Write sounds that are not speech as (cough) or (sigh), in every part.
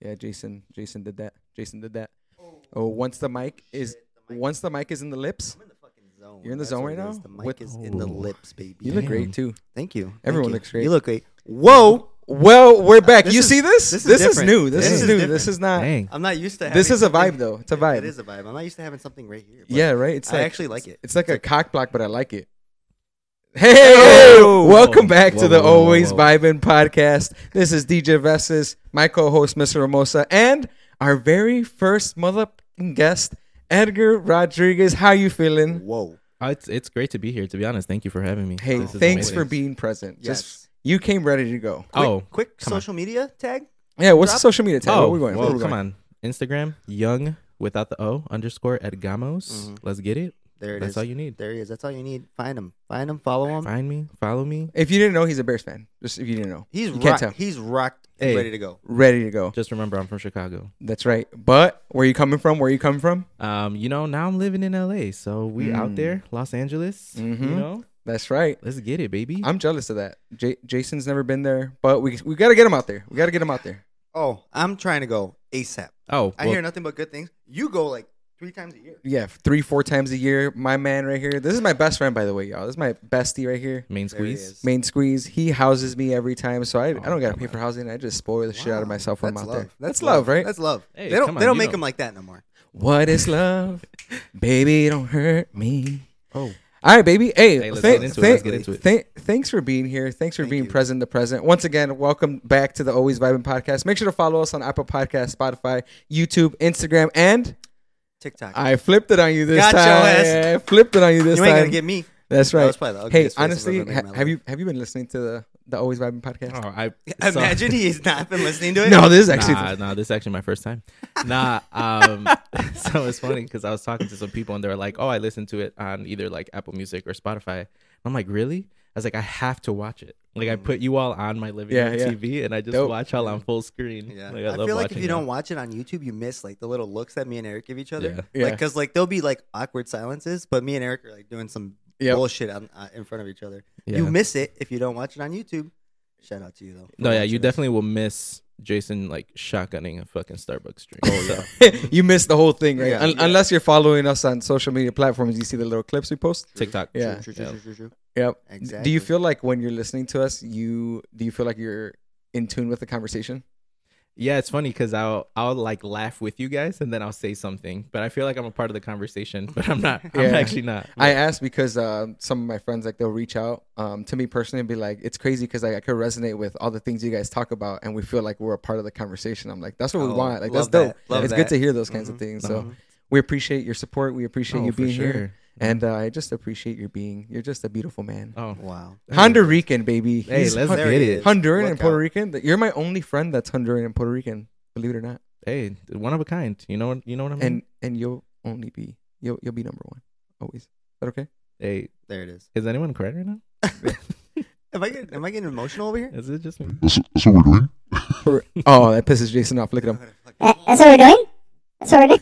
Yeah, Jason. Jason did that. Jason did that. Oh, once the mic is once the mic is in the lips, I'm in the fucking zone. You're in the That's zone what right it is. now? The mic With- is in the Ooh. lips, baby. you look great Damn. thank you. Thank you. Thank Everyone you. looks great. You look great. Whoa. Well, we're back. This you is- see this? this This is is, different. new. This This is is new. different. This is not. Dang. I'm not used to having This is a vibe something- though. It's a It- vibe. It is a vibe. I'm not used to having something right here. but Yeah, right. It's I like actually like it. It's like a It's cock block, but I like it. Hey, Whoa. welcome back Whoa, to the whoa, whoa, Always whoa. Vibin' podcast. This is DJ Vesses, my co-host Mr. Ramosa, and our very first mother guest, Edgar Rodriguez. How you feeling? Whoa. Uh, It's it's great to be here. To be honest, thank you for having me. Hey, This is thanks amazing. for being present. Just Yes. you came ready to go. Quick- Oh, Quick come on. social media tag. Yeah, what's Drop- the social media tag? oh, Where we going? well, Where we come going? on. Instagram young without the o underscore at gamos. Mm-hmm. Mhm. Let's get it. There it is. That's all you need. There he is. That's all you need. Find him. Find him. Follow him. Find me, follow me. If you didn't know, he's a Bears fan. Just if you didn't know, He's you can't rocked. tell. He's rocked. and Hey. Ready to go. Ready to go. Just remember, I'm from Chicago. That's right. But where you coming from? Where you coming from? Um, you know, now I'm living in LA, so we out Mm. there, Los Angeles. You Mhm. know, That's right. let's get it, baby. I'm jealous of that. J- Jason's never been there, but we we gotta get him out there. We gotta get him out there. Oh, I'm trying to go ASAP. oh, I well, hear nothing but good things. You go like three times a year. Yeah, three four times a year. My man right here. This is my best friend, by the way, y'all. This is my bestie right here. main There he squeeze. is. Main squeeze. He houses me every time, so I, I don't gotta come pay for housing. I just spoil the shit out of Wow, myself when I'm that's out love. there. That's, love, right? That's love. Hey, they don't. come they on, don't you make know. them like that no more. what is love, baby? Don't hurt me. Oh, All right, baby. Hey, Hey, let's thank- get into it. thank- Let's get into it. thank- thanks for being here. Thanks for Thank being you. present, the present. Once again, welcome back to the Always Vibing podcast. Make sure to follow us on Apple Podcast, Spotify, YouTube, Instagram, and TikTok. I flipped it on you this Got your time. ass. I flipped it on you this you ain't gonna time. get me. That's That right. was probably the hey, ugliest face I've honestly, ever made ha- in my have life. you have you been listening to the the Always Vibing podcast? (laughs) I so- Imagine he has not been listening to it. no, this is actually nah, nah, this is actually my first time. Nah, (laughs) um, (laughs) so it's funny because I was talking to some people and they were like, "Oh, I listened to it on either like Apple Music or Spotify." And I'm like, "Really?" I was like, "I have to watch it." Like, I put you all on my living Mm. Yeah, room yeah. TV and I just Dope. watch all on full screen. Yeah, Like, I, feel like if watching you y'all. don't watch it on YouTube, you miss like the little looks that me and Eric give each other. Yeah. Yeah. Like, cause like there'll be like awkward silences, but me and Eric are like doing some Yep. bullshit on, uh, in front of each other. yeah. You miss it if you don't watch it on YouTube. Shout out to you though. for no, yeah, watching you us. definitely will miss Jason like shotgunning a fucking Starbucks Oh, drink. Oh, so, (laughs) you missed the whole thing, right? Yeah. Un- Yeah. Unless you're following us on social media platforms, you see the little clips we post. TikTok. Yeah. True, true, true, true, true, true. Yep. Do Exactly. you feel like when you're listening to us, you do you feel like you're in tune with the conversation? Yeah, it's funny because I'll I'll like laugh with you guys and then I'll say something, but I feel like I'm a part of the conversation, (laughs) but I'm not. I'm Yeah. actually not. I ask because um, some of my friends like they'll reach out um, to me personally and be like, "It's crazy because like, I could resonate with all the things you guys talk about, and we feel like we're a part of the conversation." I'm like, "That's what we Oh, want. Like that's love dope. that. Love it's that. good to hear those kinds Mhm. of things." So Uh-huh. we appreciate your support. We appreciate Oh, you for being here, sure. and uh, I just appreciate your being. You're just a beautiful man, Oh, Wow. Honduran Rican baby. Hey, He's let's Hon- get it. Honduran Look and Puerto out. Rican. Th- You're my only friend that's Honduran and Puerto Rican. Believe it or not, hey, one of a kind. You know, what- you know what I mean. and and you'll only be you'll you'll be number one always. Is that okay? hey, There it is. (laughs) is anyone crying right now? Am I getting, am I getting emotional over here? Is it just me? That's, that's what we're doing. (laughs) oh, that pisses Jason off. Look at him. Uh, That's what we're doing? That's what we're doing?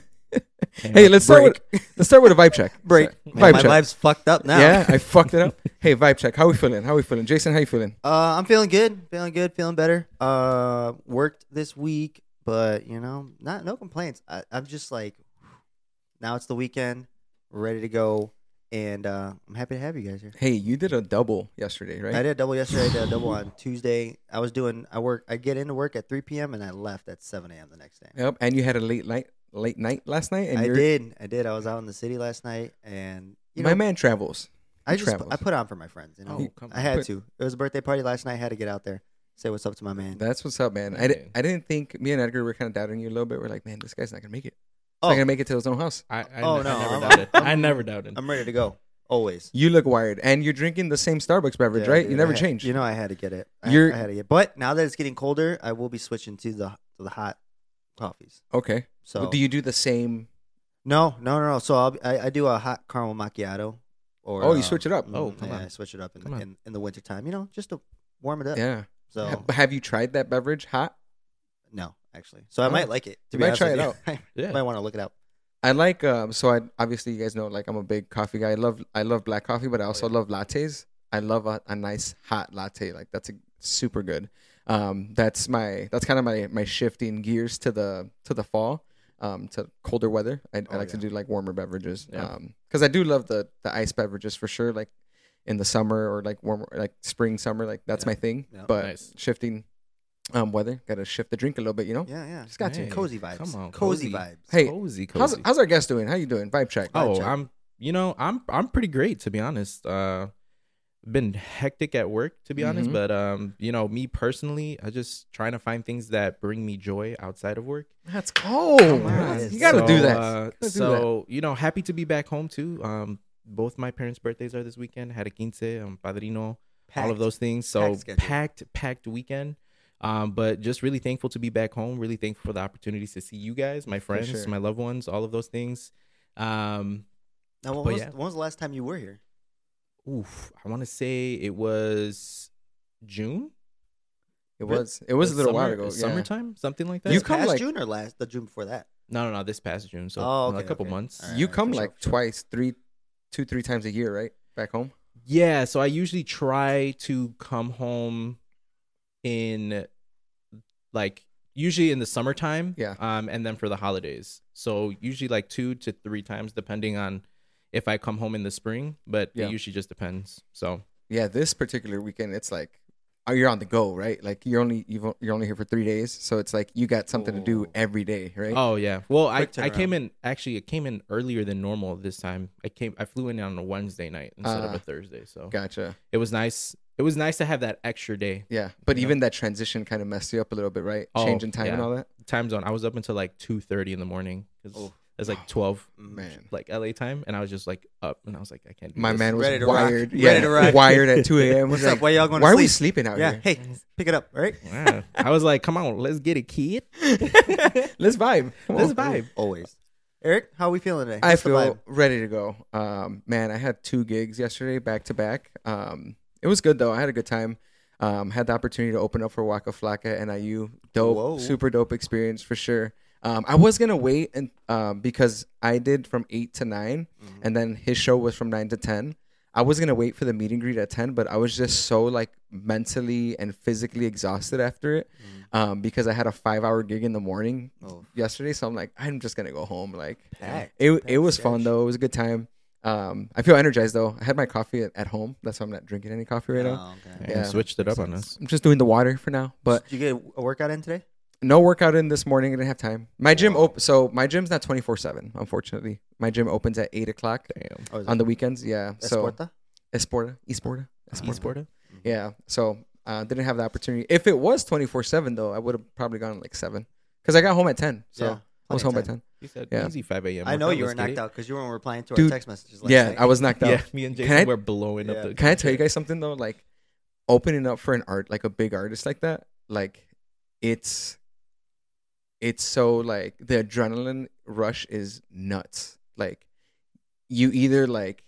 Hey, let's start with let's start with a vibe check. Break. Sorry. Man, Vibe my check. life's fucked up now. Yeah, (laughs) I fucked it up. Hey, vibe check. How we feeling? How we feeling? Jason, how you feeling? Uh, I'm feeling good, feeling good, feeling better. Uh, worked this week, but you know, not no complaints. I, I'm just like, now it's the weekend, ready to go, and uh, I'm happy to have you guys here. Hey, you did a double yesterday, right? I did a double yesterday, I did a double on Tuesday. I was doing, I work, I get into work at 3 p.m. and I left at 7 a.m. the next day. Yep. And you had a late night late night last night and I you're, did, I did. I was out in the city last night, and you know, my man travels. I just travels. I put on for my friends. You know, Oh, come I had But- to. It was a birthday party last night. I had to get out there, say what's up to my man. That's what's up, man. I, di- Man. I didn't think me and Edgar were kind of doubting you a little bit. We're like, man, this guy's not gonna make it. He's Oh. not gonna make it to his own house. I, I, Oh, no, oh, no, I never I'm- (laughs) doubted. I'm- I never doubted. I'm ready to go always. You look wired, and you're drinking the same Starbucks beverage, Yeah, right? dude, you I never had- change. You know, I had to get it. I, You're- I had to get. But now that it's getting colder, I will be switching to the to the hot coffees. okay. So do you do the same? No, no, no, no. So I'll, be- I I do a hot caramel macchiato. Or Oh, you uh, switch it up. mm, Oh, come yeah, on. I switch it up in, Come on. in in the wintertime, You know, just to warm it up. Yeah. Ha- So but have you tried that beverage hot? (laughs) no, actually. So I Oh. might like it. To You be might honest try with it you. out. (laughs) I Yeah. might want to look it up. I like um so I obviously you guys know like I'm a big coffee guy. I love I love black coffee, but I also love lattes. I love a, a nice hot latte. Like that's a super good. Um, that's my that's kind of my my shifting gears to the to the fall, um, to colder weather. I, I Oh, like to yeah. do like warmer beverages, Um Yeah. 'cause because I do love the the ice beverages for sure. Like in the summer or like warmer like spring summer, like that's Yeah. my thing. Yeah. But Nice. shifting um weather, gotta shift the drink a little bit, Oh, you know. Yeah, yeah. Just got Hey, you. Cozy vibes. come on, cozy, cozy. vibes. Hey, cozy, how's cozy. how's our guest doing? How you doing? Vibe check. vibe oh, check. I'm you know I'm I'm pretty great to be honest. Uh, been hectic at work to be honest, Mhm. but um, you know me personally, I just trying to find things that bring me joy outside of work. That's cold. on. You Oh, gotta do that. uh, do so you know, happy to be back home too. Um, both my parents' birthdays are this weekend. Had a quince, um, padrino, all of Packed. those things. So Packed packed, schedule. packed, weekend. Um, but just really thankful to be back home. Really thankful for the opportunities to see you guys, my friends, sure. my loved ones, all of those things. Um, Now, when But was, yeah. when was the last time you were here? oof, I want to say it was June. it was it was a little while summer- ago. Yeah. Summertime, something like that. This You come past like- June or last the June before that? no, no, no. This past June, so Oh, a okay, couple okay. months. All right. You come for sure, like for sure. twice, three, two, three times a year, right? Back home. Yeah, so I usually try to come home in like usually in the summertime. Yeah. Um, and then for the holidays. So usually like two to three times, depending on if I come home in the spring, but Yeah. it usually just depends. So Yeah, this particular weekend, it's like oh, you're on the go, right? Like you're only you've, o- you're only here for three days, so it's like you got something to do Ooh. every day, right? oh yeah. Well I, Quick I came turnaround. in actually it came in earlier than normal this time. I came I flew in on a Wednesday night instead of Uh, Ah. a Thursday. So Gotcha. it was nice. It was nice to have that extra day. Yeah, but Yeah. even that transition kind of messed you up a little bit, right? Oh, Changing time and yeah. all that. Time zone. I was up until like two thirty in the morning because Oh. it's like twelve Mm. Man, like LA time, and I was just like up, and I was like, I can't. Do my this. man was Ready to rock. wired. Ready Yeah, to rock. wired at 2 a.m. (laughs) What's He's up? like, Why y'all going to Why are sleep? we sleeping out yeah. (laughs) here? (laughs) Hey, pick it up, right? Wow. I was like, come on, let's get it, kid. Let's vibe. Come Let's on. vibe. Always. Eric, how we feeling today? I What's the feel vibe? ready to go. Um, man, I had two gigs yesterday back to back. Um, it was good though. I had a good time. Um, had the opportunity to open up for Waka Flocka and IU. Dope, Whoa. super dope experience for sure. Um, I was gonna wait and um, because I did from eight to 9 Mm-hmm. and then his show was from nine to ten. I was gonna wait for the meet and greet at ten, but I was just so like mentally and physically exhausted after it Mm-hmm. um, because I had a five-hour gig in the morning Oh, yesterday. So I'm like, I'm just gonna go home. Like, packed. it Packed it was fun sketch. though. It was a good time. Um, I feel energized though. I had my coffee at, at home. That's why I'm not drinking any coffee right now. Oh, okay. Yeah, Yeah. switched it up on us. I'm just doing the water for now. But Did you get a workout in today? no workout in this morning. I didn't have time. My gym Wow. op- So my gym's not 24 seven. Unfortunately, my gym opens at eight o'clock Damn. Oh, is on it the weekends. Yeah. So Escorta? Esporta, Esporta, Esporta. Esporta. Yeah. So uh, didn't have the opportunity. If it was 24 seven though, I would have probably gone at, like seven because I got home at 10. So Yeah, I was plenty home of at 10. He said Yeah. easy 5 a.m. I know workout, you were let's get knocked it. out because you weren't replying to our Dude, text messages last Yeah, night. I was knocked out. Yeah, (laughs) me and Can Jason I- were blowing up Yeah. the. Can I tell you guys something though? Like opening up for an art like a big artist like that, like it's it's so like the adrenaline rush is nuts. Like you either like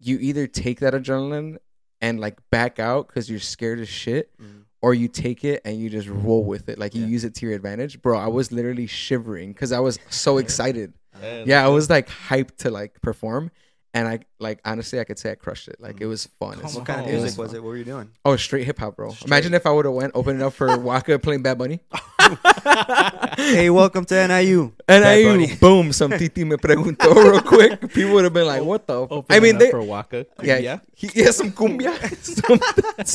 you either take that adrenaline and like back out because you're scared as shit, Mhm. or you take it and you just roll with it. Like you Yeah. use it to your advantage. Bro, I was literally shivering because I was so excited. Yeah. Yeah, I was like hyped to like perform. And I like honestly I could say I crushed it. Like it was fun. Come as What kind of Oh. music It was was- it? What were you (laughs) doing? Oh, straight hip hop, bro. Imagine if I would have went opened it up for Waka playing Bad Bunny. hey, welcome to NIU. And Bad I Bunny. (laughs) boom, some titi me preguntó real quick. People would have been like, "What the?" F-? Open I it mean, up they, for Waka. (laughs) yeah, yeah. he, he has some cumbia, (laughs) some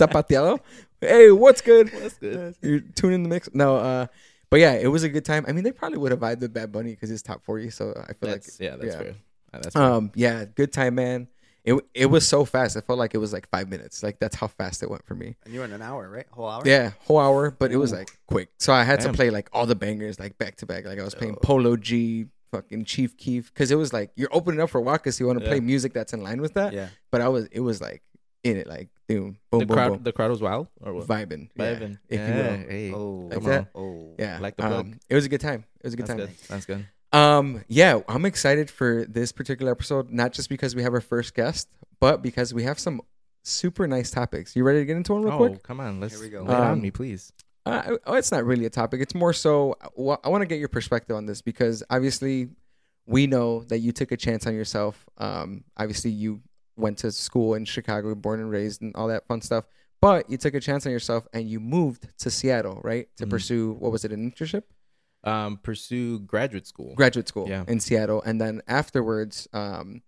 zapateado. Hey, what's good? That's good. You're tuning the mix. No, uh, but yeah, it was a good time. I mean, they probably would have vibed with Bad Bunny because he's top forty. So I feel That's like yeah. That's yeah. fair. Uh, That's fair. Um, yeah, good time, man. It it was so fast. I felt like it was like five minutes. Like that's how fast it went for me. And you were in an hour, right? Whole hour? Yeah, whole hour, but it was Ooh. like quick. So I had Damn. to play like all the bangers like back to back. Like I was playing Oh. Polo G, fucking Chief Keef, because it was like you're opening up for Waka, so you want to Yeah. play music that's in line with that. Yeah. But I was, it was like in it, like boom, boom, the boom, crowd. boom, The crowd was wild or what? vibing, yeah, Vibing. if you Yeah, will. Hey. Oh. Like Come on. that. Oh. Yeah, Like the plug. um, it was a good time. It was a good That's time. good. That's good. Um, yeah, I'm excited for this particular episode, not just because we have our first guest, but because we have some super nice topics. You ready to get into one real Oh, quick? come on. Let's. Here we go. Lay it on Um, me, please. Uh, oh, it's not really a topic. It's more so well, I want to get your perspective on this because obviously we know that you took a chance on yourself. Um, obviously you went to school in Chicago, born and raised, and all that fun stuff. But you took a chance on yourself and you moved to Seattle, right? To Mhm. pursue what was it, an internship? Um, pursue graduate school. Graduate school Yeah. in Seattle. And then afterwards, um,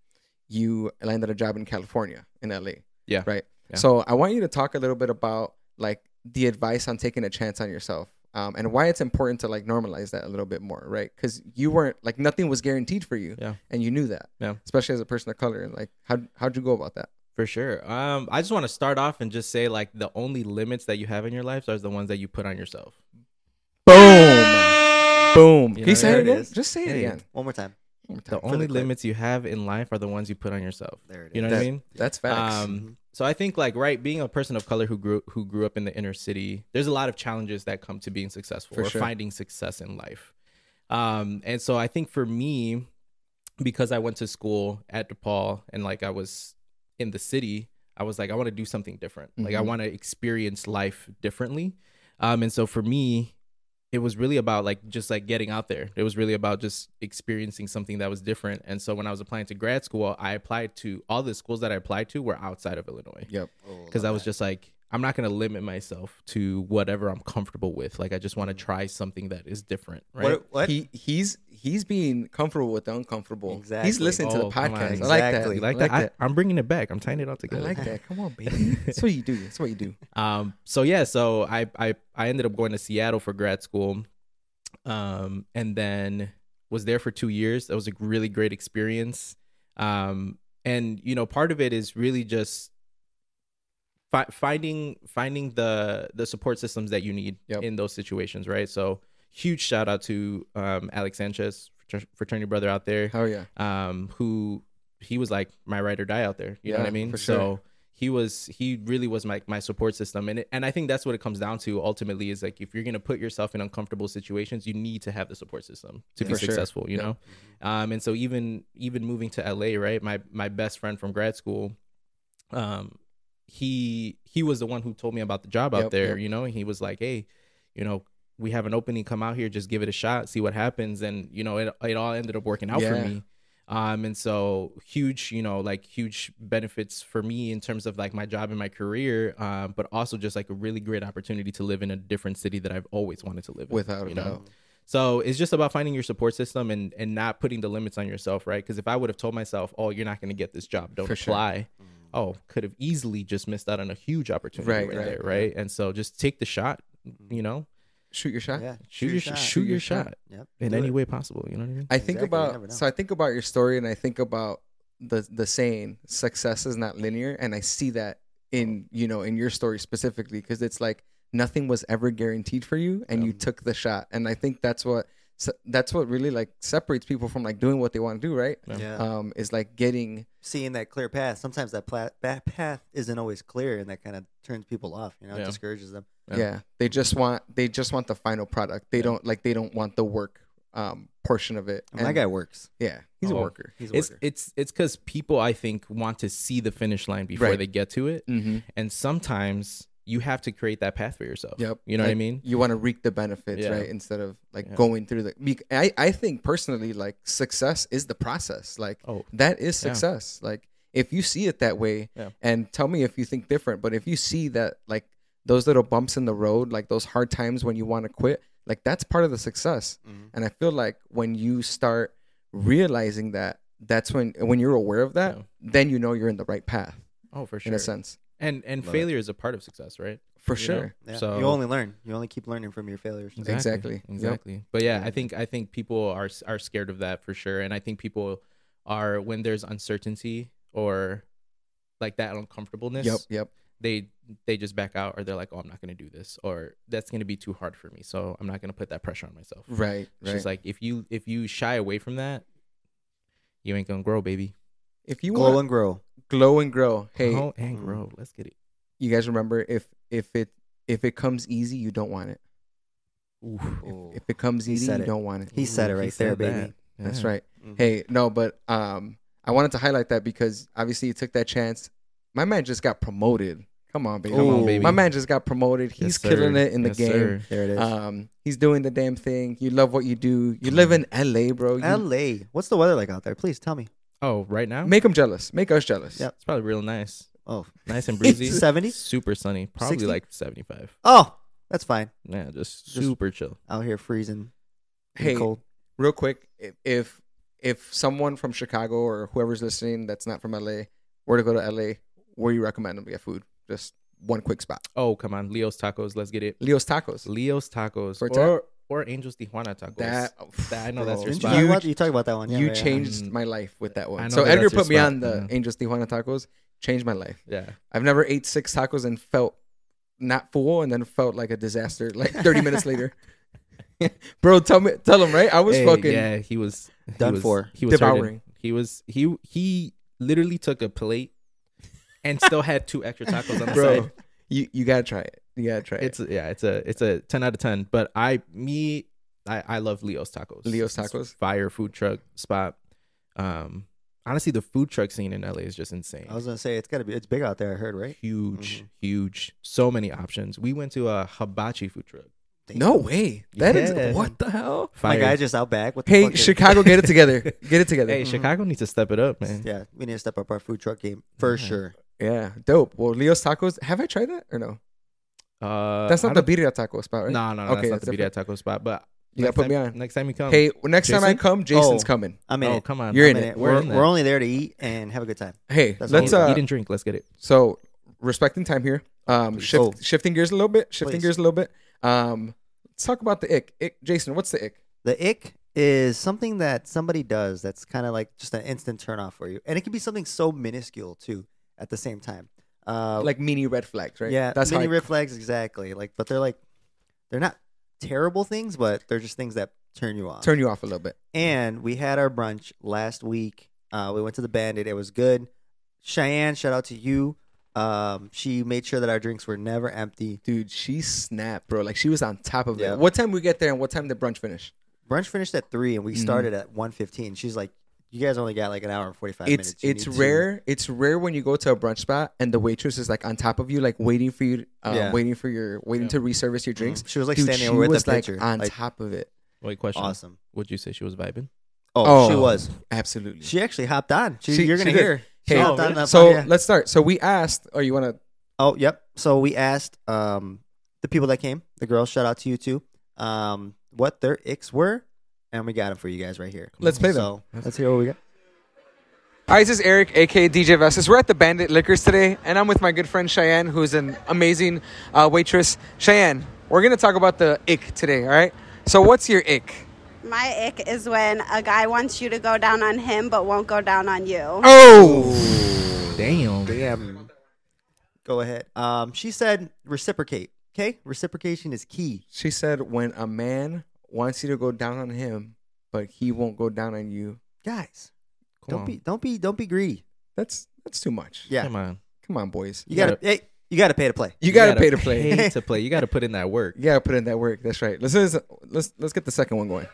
you landed a job in California, in LA. Yeah. Right. Yeah. So I want you to talk a little bit about like the advice on taking a chance on yourself. Um, and why it's important to like normalize that a little bit more, right? Because you weren't like nothing was guaranteed for you, Yeah. and you knew that, Yeah. Especially as a person of color, and like how how'd you go about that? For sure. Um, I just want to start off and just say like the only limits that you have in your life are the ones that you put on yourself. Boom, boom. You Can you know, say there it it again? is. Just say it Hey. again. One more time. The For the only clip. limits you have in life are the ones you put on yourself. There it is. Mm-hmm. You know what I mean? That's facts. Um, so I think like right, being a person of color who grew who grew up in the inner city, there's a lot of challenges that come to being successful For or sure. finding success in life. Um, and so I think for me, because I went to school at DePaul and like I was in the city, I was like, I want to do something different. Like I Mhm. want to experience life differently. Um, and so for me, it was really about like just like getting out there. It was really about just experiencing something that was different. And so when I was applying to grad school, I applied to all the schools that I applied to were outside of Illinois yep. Oh, because I was just like, I'm not going to limit myself to whatever I'm comfortable with. Like I just want to try something that is different, right? What? what? He he's he's being comfortable with the uncomfortable. Exactly. He's listening to the Oh, come on. podcast. I like that. Exactly. you I like, that? I, I'm bringing it back. I'm tying it all I together. like that. Come on, (laughs) baby. That's what you do. That's what you do. um so yeah so I, I i ended up going to seattle for grad school um and then was there for two years that was a really great experience um and you know part of it is really just fi- finding finding the the support systems that you need Yep. in those situations right so huge shout out to um alex sanchez frater- fraternity brother out there Hell yeah. um, who he was like my ride or die out there. You know what Yeah, I mean? for So he was he really was my my support system, and it, and I think that's what it comes down to ultimately is like if you're gonna put yourself in uncomfortable situations, you need to have the support system to Yeah. be For sure. successful. You Yeah. know, um, and so even even moving to LA, right? My my best friend from grad school, um, he he was the one who told me about the job out Yep, there. yep. You know, and he was like, hey, you know. We have an opening. Come out here, just give it a shot, see what happens, and you know it. It all ended up working out Yeah. for me um and so huge you know like huge benefits for me in terms of like my job and my career um but also just like a really great opportunity to live in a different city that i've always wanted to live in Without a you know? doubt. so it's just about finding your support system and and not putting the limits on yourself right because if i would have told myself oh you're not going to get this job don't For sure. apply oh could have easily just missed out on a huge opportunity Right, right, right, there right and so just take the shot Um, you know Shoot your shot. Yeah. shoot, your, shot. shoot your shot, Yep. in Do any it. way possible you know what i mean I think Exactly, you never about know. so I think about your story and I think about the the saying success is not linear and I see that in you know in your story specifically because it's like nothing was ever guaranteed for you and you Yeah. took the shot and I think that's what se- that's what really like separates people from like doing what they want to do right Yeah. Yeah. um is like getting Seeing that clear path. Sometimes that, pla- that path isn't always clear, and that kind of turns people off. You know, it Yeah. discourages them. yeah. Yeah. they just want they just want the final product they don't like they don't want the work um portion of it And my guy works. yeah he's a Oh. worker He's a it's worker. it's it's because people I think want to see the finish line before Right. they get to it, mm-hmm. and sometimes you have to create that path for yourself. Yep. You know what I Like, mean? You want to reap the benefits, Yeah. right? Instead of like Yeah. going through the. bec- I I think personally, like success is the process. Like Oh, that is Yeah. success. Like if you see it that way, Yeah. and tell me if you think different. But if you see that like those little bumps in the road, like those hard times when you want to quit, like that's part of the success. Mhm. And I feel like when you start realizing that, that's when when you're aware of that, Yeah. then you know you're in the right path oh, for in sure. a sense, And and Love it. failure is a part of success, right? for You know? sure. Yeah. So- you only learn. You only keep learning from your failures. Exactly. Yep. Exactly. But yeah, I think I think people are are scared of that for sure, and I think people are when there's uncertainty or like that uncomfortableness. Yep. Yep. They they just back out, or they're like, "Oh, I'm not going to do this," or "That's going to be too hard for me," so I'm not going to put that pressure on myself. Right. Right. She's like, if you if you shy away from that, you ain't gonna grow, baby. if you Glow want and grow. glow and grow, hey, grow and Mm. grow. Let's get it. you guys remember if if it if it comes easy you don't want it Ooh. if it comes He easy said you it. don't want it He said it Ooh, he right there, said baby. that. that's Yeah. right Mhm. Mm-hmm. hey no but um i wanted to highlight that because obviously you took that chance my man just got promoted come on baby Come Ooh. on, baby. my man just got promoted he's Yes, killing sir. it in the Yes, game sir. There it is. um he's doing the damn thing you love what you do you live in la bro you, LA. What's the weather like out there? Please tell me. Oh, right now make him jealous make us jealous Yep. it's probably real nice. Oh, Nice (laughs) (laughs) and breezy. (laughs) 70? Super sunny. Probably 60? like 75. oh, that's fine. Yeah, just Just- super chill. Out here freezing, in the Hey, cold. real quick, i- if if someone from Chicago or whoever's listening that's not from LA were to go to LA, where you recommend them to get food? Just one quick spot. Oh, come on. Leo's Tacos. Let's get it. Leo's Tacos. Leo's Tacos. For ta- or, or Angels Tijuana Tacos. That, That- I know that's your Didn't you, spot. talk You- about, you talk about that one? Yeah, you yeah, yeah. changed Mm. my life with that I one. know So that Edgar that's your put me spot. on the Mhm. Angels Tijuana tacos, changed my life. yeah. I've never ate six tacos and felt not full, and then felt like a disaster. Like (laughs) thirty minutes later, (laughs) bro, tell me, tell him right. I was Hey, fucking Yeah, he was he Done was- for. He was devouring. Devouring. He was he he literally took a plate and still had two extra tacos on the (laughs) bro. side. You you gotta try it. You gotta try It's yeah, it's a it's a ten out of ten. But I me I I love Leo's Tacos. Leo's It's Tacos? fire food truck spot. Um, honestly, the food truck scene in LA is just insane. I was gonna say it's gotta be. It's big out there. I heard, right? huge, Mm-hmm. Mhm. huge, so many options. We went to a hibachi food truck. it. No way. That is Yeah. (laughs) what the hell. My Fire. guy just out back. What the Hey, fuck is- (laughs) Chicago, get it (laughs) together. Get it together. hey, Chicago needs to step it up, man. Yeah, we need to step up our food truck game for Yeah. sure. Yeah, dope. Well, Leo's Tacos. Have I tried that or no? Uh, That's I not the don't- birria taco spot, right? No, no, no. Okay, that's that's not the birria taco spot. But You gotta next put me time- on. Next time you come, Hey, next time I Jason? come, Jason's Oh. coming. I'm in oh it. come on, You're I'm in it. We're, in we're only there to eat and have a good time. Hey, That's let's all uh, you didn't drink. Let's get it. So respecting time here. Um, Please. shift, Oh. shifting gears a little bit. Shifting Please. gears a little bit. Um, let's talk about the ick. Ick, Jason, what's the ick? The ick is something that somebody does that's kind of like just an instant turnoff for you, and it can be something so minuscule too at the same time. Uh, Like mini red flags, right? yeah, that's mini how. I- red flags exactly. Like, but they're like they're not terrible things, but they're just things that turn you (laughs) off. Turn you off a little bit. and we had our brunch last week. Uh, we went to the Bandit. It was good. Cheyenne, shout out to you. Um, she made sure that our drinks were never empty. Dude, she snapped, bro. Like she was on top of Yeah. it. What time we get there and what time the brunch finish? Brunch finished at three, and we Mhm. started at one fifteen. She's like, "You guys only got like an hour and forty five minutes." it's You it's need to-" rare. It's rare when you go to a brunch spot and the waitress is like on top of you, like waiting for you, um, Yeah. waiting for your, waiting to reservice your drinks. Mm-hmm. She was like Dude, standing she over was at the like picture, on like, top of it. Wait, question. awesome. Would you say she was vibing? Oh, she Oh. was. Absolutely. She actually hopped on. She, She- you're she gonna did. hear. She Hey, hopped on that so phone, yeah. let's start. So we asked, oh, you want to Oh, yep. So we asked um, the people that came, the girls, shout out to you too, um, what their icks were, and we got them for you guys right here. Let's play them. So let's hear what we got. Hi, this is Eric, aka DJ Vestas. We're at the Bandit Liquors today, and I'm with my good friend Cheyenne, who's an amazing uh, waitress. Cheyenne, we're gonna talk about the ick today, all right? So, what's your ick? My ick is when a guy wants you to go down on him but won't go down on you. Oh, Damn. Damn. Go ahead. Um, she said reciprocate. Okay, reciprocation is key. she said when a man wants you to go down on him, but he won't go down on you. Guys, Come don't on. be, don't be, don't be greedy. That's that's too much. Yeah, Come on. Come on, boys. you gotta, hey, you gotta pay to (laughs) play. You gotta, pay to play. (laughs) Pay to play. You gotta put in that work. You gotta put in that work. That's right. Let's let's let's, let's get the second one going.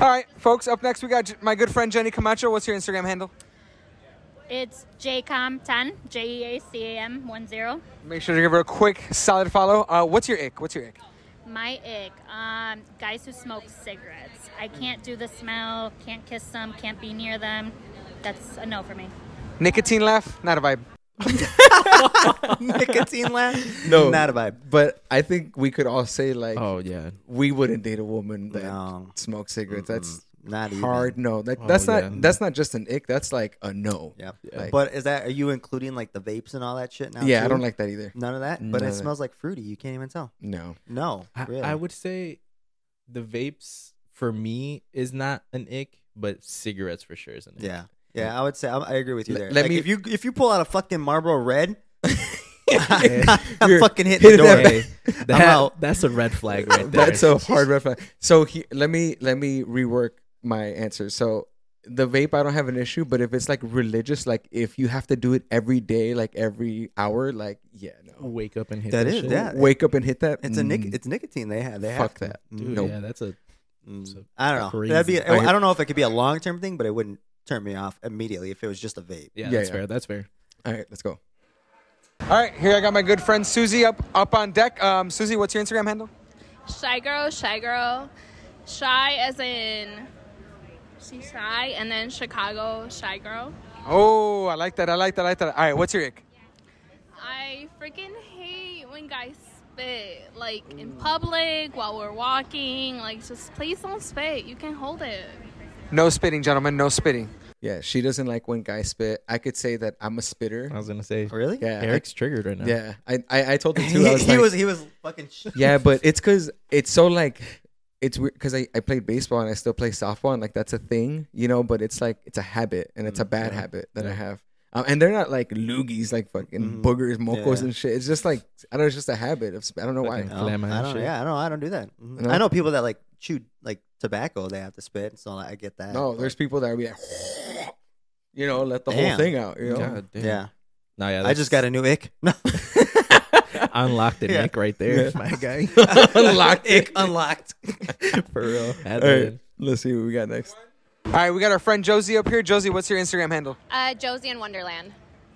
All right, folks, up next we got J- my good friend Jenny Camacho. What's your Instagram handle? It's JCOM10, J E A C A M 1 0. Make sure to give her a quick, solid follow. Uh, what's your ick? What's your ick? My ick, um, guys who smoke cigarettes. I can't do the smell, can't kiss them, can't be near them. That's a no for me. Nicotine laugh? Not a vibe. Nicotine laugh? (laughs) No. not a vibe. But I think we could all say like Oh yeah. we wouldn't date a woman that No. smokes cigarettes. That's Not even. hard no that, Oh, that's not yeah. that's not just an ick that's like a no Yep. Like- but is that are you including like the vapes and all that shit now? yeah i too? don't like that either none of that. None But of it that. smells like fruity. You can't even tell. no No, I, really. I would say the vapes for me is not an ick, but cigarettes for sure is an ick. (laughs) Yeah, yeah. I would say I, I agree with you Let- there. let Like, me- if you if you pull out a fucking (laughs) Marlboro Red, I'm, not- I'm You're- fucking hitting hit the door. (laughs) that back. That- out. That's a red flag right (laughs) there. that's a hard red flag so he, let me let me rework my answer so the vape i don't have an issue but if it's like religious like if you have to do it every day like every hour like yeah no wake up and hit That that is, shit. yeah. wake up and hit that It's a nic- Mm, it's nicotine. They have. They fuck have to. that. Mm, Dude, Nope. yeah, that's a mm. So I don't know. crazy. That'd be. I- I, don't know if it could be a long term thing, but it wouldn't turn me off immediately if it was just a vape. yeah, Yeah, that's yeah. fair. That's fair. all right let's go All right, here I got my good friend Susie up up on deck. Um, Susie, what's your Instagram handle? Shy girl, shy girl. Shy as in she's shy, and then Chicago, shy girl. Oh, I like that. I like that. I like that. All right, what's your ick? freaking hate when guys spit, like in public while we're walking. Like, just please don't spit. You can hold it. No spitting, gentlemen. No spitting. Yeah, she doesn't like when guys spit. I could say that I'm a spitter. I Oh, was gonna say Really? Yeah, I- Eric's triggered right now. yeah. I, I, I told him too. (laughs) he, (laughs) I was he like, was he was fucking. Sh- yeah, but it's because it's so like it's weird because I, I played baseball and I still play softball and like that's a thing, you know. But it's like it's a habit and it's a bad habit that I have. Um, and they're not like loogies, like fucking Mhm. boogers, mocos, Yeah. and shit. It's just like I don't know. It's just a habit of sp- I don't know why. Fucking- (laughs) No, I Phlegm and don't. shit. Yeah, I don't. I don't do that. Mhm. No. I know people that like chew like tobacco. They have to spit, so I get that. No, but- there's people that are be like, (laughs) you know, let the whole Damn. thing out. You know, (laughs) God damn. Yeah, No, yeah. I just got a new ick. (laughs) No, that's- (laughs) unlocked (laughs) it, Yeah. Nick, right there, (laughs) Yeah. my guy. (laughs) unlocked ick it. unlocked. For real. Had All that right, in. let's see what we got next. All right, we got our friend Josie up here. Josie, what's your Instagram handle? Uh, Josie in Wonderland.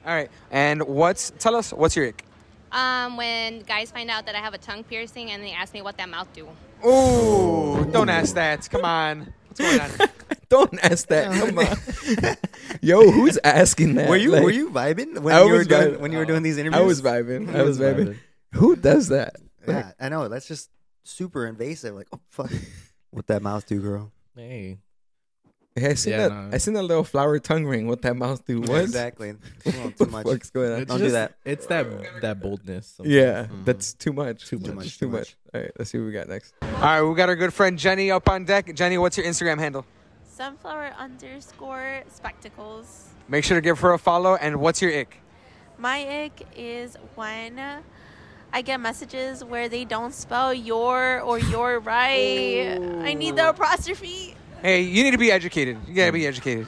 All right, and what's tell us what's your ick? Um, when guys find out that I have a tongue piercing and they ask me what that mouth do. Ooh, don't ask that. Come on, what's going on? (laughs) Don't ask that. Come (laughs) (laughs) on, yo, who's asking that? were you Like, were you vibing when I you were was doing vibing. when you were doing these interviews? I was vibing. I I was was vibing. Who does that? Yeah, I know. That's just super invasive. Like, oh (laughs) fuck, what that mouth do, girl? Hey. Hey, I seen Yeah, that. no. I seen that little flower tongue ring. What that mouth do was Exactly. Well, too What much. the fuck's going on? It's Don't do that. It's that that boldness. sometimes. Yeah, that's too much. Too That's much, Too too much. All right, let's see what we got next. All right, we got our good friend Jenny up on deck. Jenny, what's your Instagram handle? Sunflower underscore spectacles. Make sure to give her a follow. And what's your ick? My ick is when I get messages where they don't spell your or your right. I need the apostrophe. Hey, you need to be educated. You gotta Mm-hmm. be educated.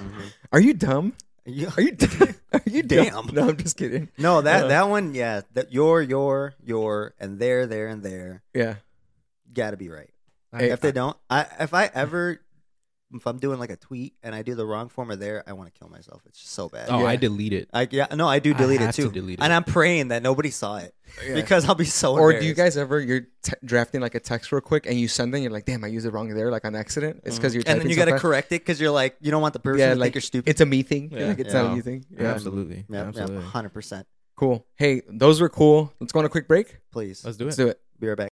Are you dumb? Yeah. Are you? d- Are you dumb? Damn. No, I'm just kidding. (laughs) No, that that one, yeah. That your your your and there there and there Yeah. gotta be right. Hey, if they don't, I if I ever if I'm doing like a tweet and I do the wrong form of there, I want to kill myself. It's just so bad. Oh, Yeah. I delete it. I yeah no, I do I delete it have to too, delete it. and I'm praying that nobody saw it Yeah. because I'll be so. Or do you embarrassed. guys ever you're t- drafting like a text real quick and you send it and you're like, damn, I used it wrong there, like on accident. It's because you're Mm-hmm. and then typing you so gotta fast. correct it because you're like you don't want the person Yeah, to like think you're stupid. It's a me thing. Yeah. Like it's Yeah. not a you thing. Yeah. Absolutely. yeah, Absolutely. hundred percent. Cool. Hey, those were cool. Let's go on a quick break. Please Let's do Let's it. do it. be (laughs) right back.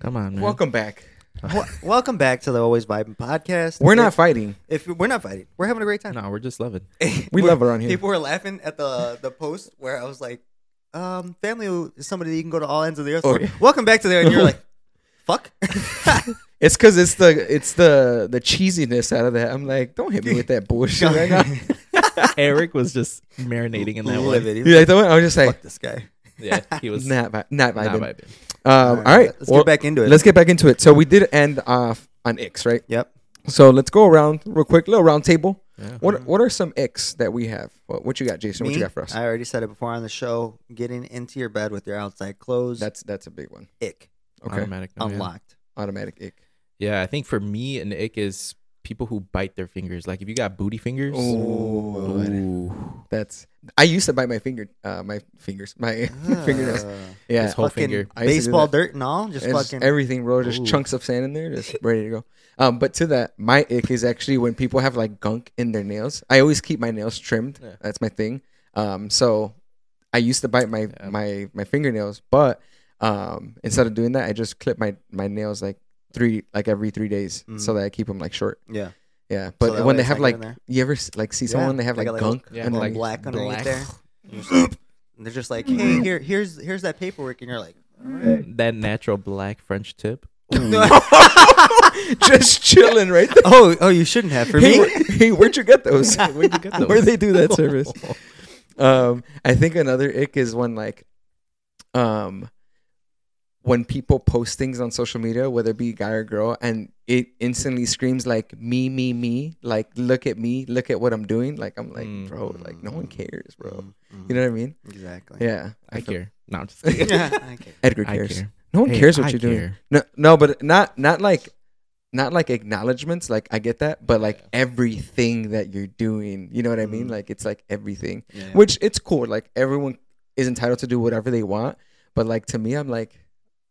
Come on, man. Welcome back. Wel- Welcome back to the Always Vibing podcast. We're not If- fighting. If we're not fighting, we're having a great (laughs) time. No, we're just loving. We We're- love around here. People were laughing at the the post where I was like, um, "Family is somebody that you can go to all ends of the earth." Oh, for. yeah. Welcome back to there, and you're (laughs) like, "Fuck." It's because it's the it's the the cheesiness out of that. I'm like, don't hit me with that bullshit right (laughs) now. Eric was just marinating in that Livid. one. He's You like that one? I was just like, like, Fuck this guy. (laughs) Yeah, he (laughs) was not vi- not not vibing. vibing. Um, all right, let's well, get back into it. Let's get back into it. So we did end off on icks, right? Yep. So let's go around real quick, little round table. Yeah. What what are some icks that we have? What, what you got, Jason? what Me, you got for us? I already said it before on the show. Getting into your bed with your outside clothes. that's that's a big one. ick. Okay, Automatic. no, (laughs) yeah. Unlocked. automatic ick. Yeah, I think for me, an ick is people who bite their fingers. Like if you got booty fingers, Oh, ooh, that's I used to bite my finger, uh, my fingers, my (laughs) fingernails. Uh, Yeah, this whole fucking finger. I used to do baseball that. dirt and all. Just And just fucking. everything, bro. Just Ooh. chunks of sand in there, just ready to go. Um, but to that, my ick is actually when people have like gunk in their nails. I always keep my nails trimmed. Yeah. That's my thing. Um, so I used to bite my Yeah. my my fingernails, but um, instead of doing that, I just clip my my nails like three like every three days so Mhm. that I keep them like short. yeah. Yeah, that but way when they it's have not like getting there. you ever s- like see someone they have They like, got, like, a- gunk yeah, and little like black underneath black. (laughs) there. And they're just like, Mm. hey, here, here's here's that paperwork, and you're like, that natural black French tip. (laughs) Mm. just chilling right there. (laughs) oh, oh, you shouldn't have (laughs) for (laughs) Hey, me. where- hey, where'd (laughs) you get (laughs) those? Where'd you get those? Where they (laughs) (laughs) do that service? um i think another ick is when like um when people post things on social media whether it be guy or girl and it instantly screams like me me me like look at me look at what i'm doing like i'm like Mm. bro like no one cares bro Mhm. you know what i mean exactly. yeah Mm-hmm. I feel- care. No, I'm just kidding. (laughs) Yeah, I get it. edgar I cares care. no one Hey, cares what I you're doing care. no no but not not like not like acknowledgments, like I get that, but like everything that you're doing, you know what I mean? Mm-hmm. Mhm. Like it's like everything, Yeah. which it's cool. Like everyone is entitled to do whatever they want, but like to me, I'm like,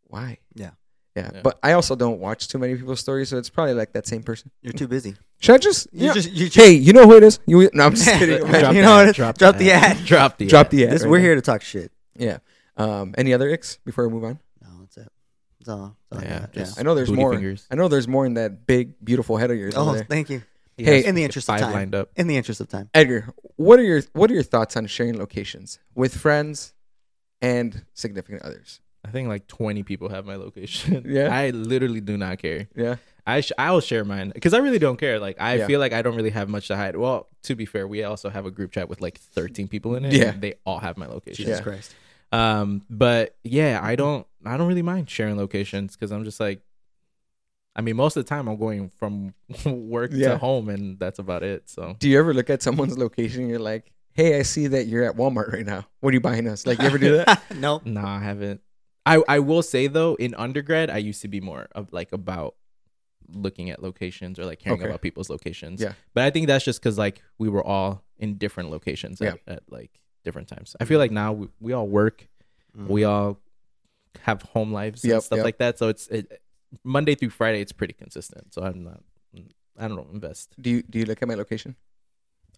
why? Yeah. yeah. Yeah. But I also don't watch too many people's stories, so it's probably like that same person. You're too busy. (laughs) Should I just? You You know- just, you just hey, you know who it is? You? No, I'm (laughs) just (laughs) kidding. Drop Man, the you know what? ad, (laughs) drop the (laughs) ad. Uh, (laughs) Drop the Drop ad. the ad. this, right we're now. here to talk shit. Yeah. Um, any other icks before we move on? No, that's it. That's all. That's all I Yeah, got. just- I know there's Booty more. fingers. I know there's more in that big, beautiful head of yours. over Oh, there. thank you. He Hey, has in the interest of five time. lined up. In the interest of time, Edgar, what are your what are your thoughts on sharing locations with friends and significant others? I think like 20 people have my location. (laughs) Yeah. I literally do not care. Yeah. I sh- I'll share mine because I really don't care. Like I Yeah. feel like I don't really have much to hide. Well, to be fair, we also have a group chat with like 13 people in it. Yeah. and they all have my location. Jesus Yeah. Christ. Um, but yeah, I don't I don't really mind sharing locations because I'm just like, I mean, most of the time I'm going from (laughs) work Yeah. to home and that's about it. So Do you ever look at someone's location and you're like, "Hey, I see that you're at Walmart right now. What are you buying us?" Like, you ever (laughs) do that? no. no, I haven't. I I will say though, in undergrad, I used to be more of like about looking at locations or like caring Okay. about people's locations. Yeah. But I think that's just because like we were all in different locations at, at like different times. Mm-hmm. I feel like now we, we all work, Mm. we all have home lives and Yep, stuff yep. like that. So it's it, Monday through Friday, it's pretty consistent. So I'm not, I don't know, invest. Do you do you look at my location?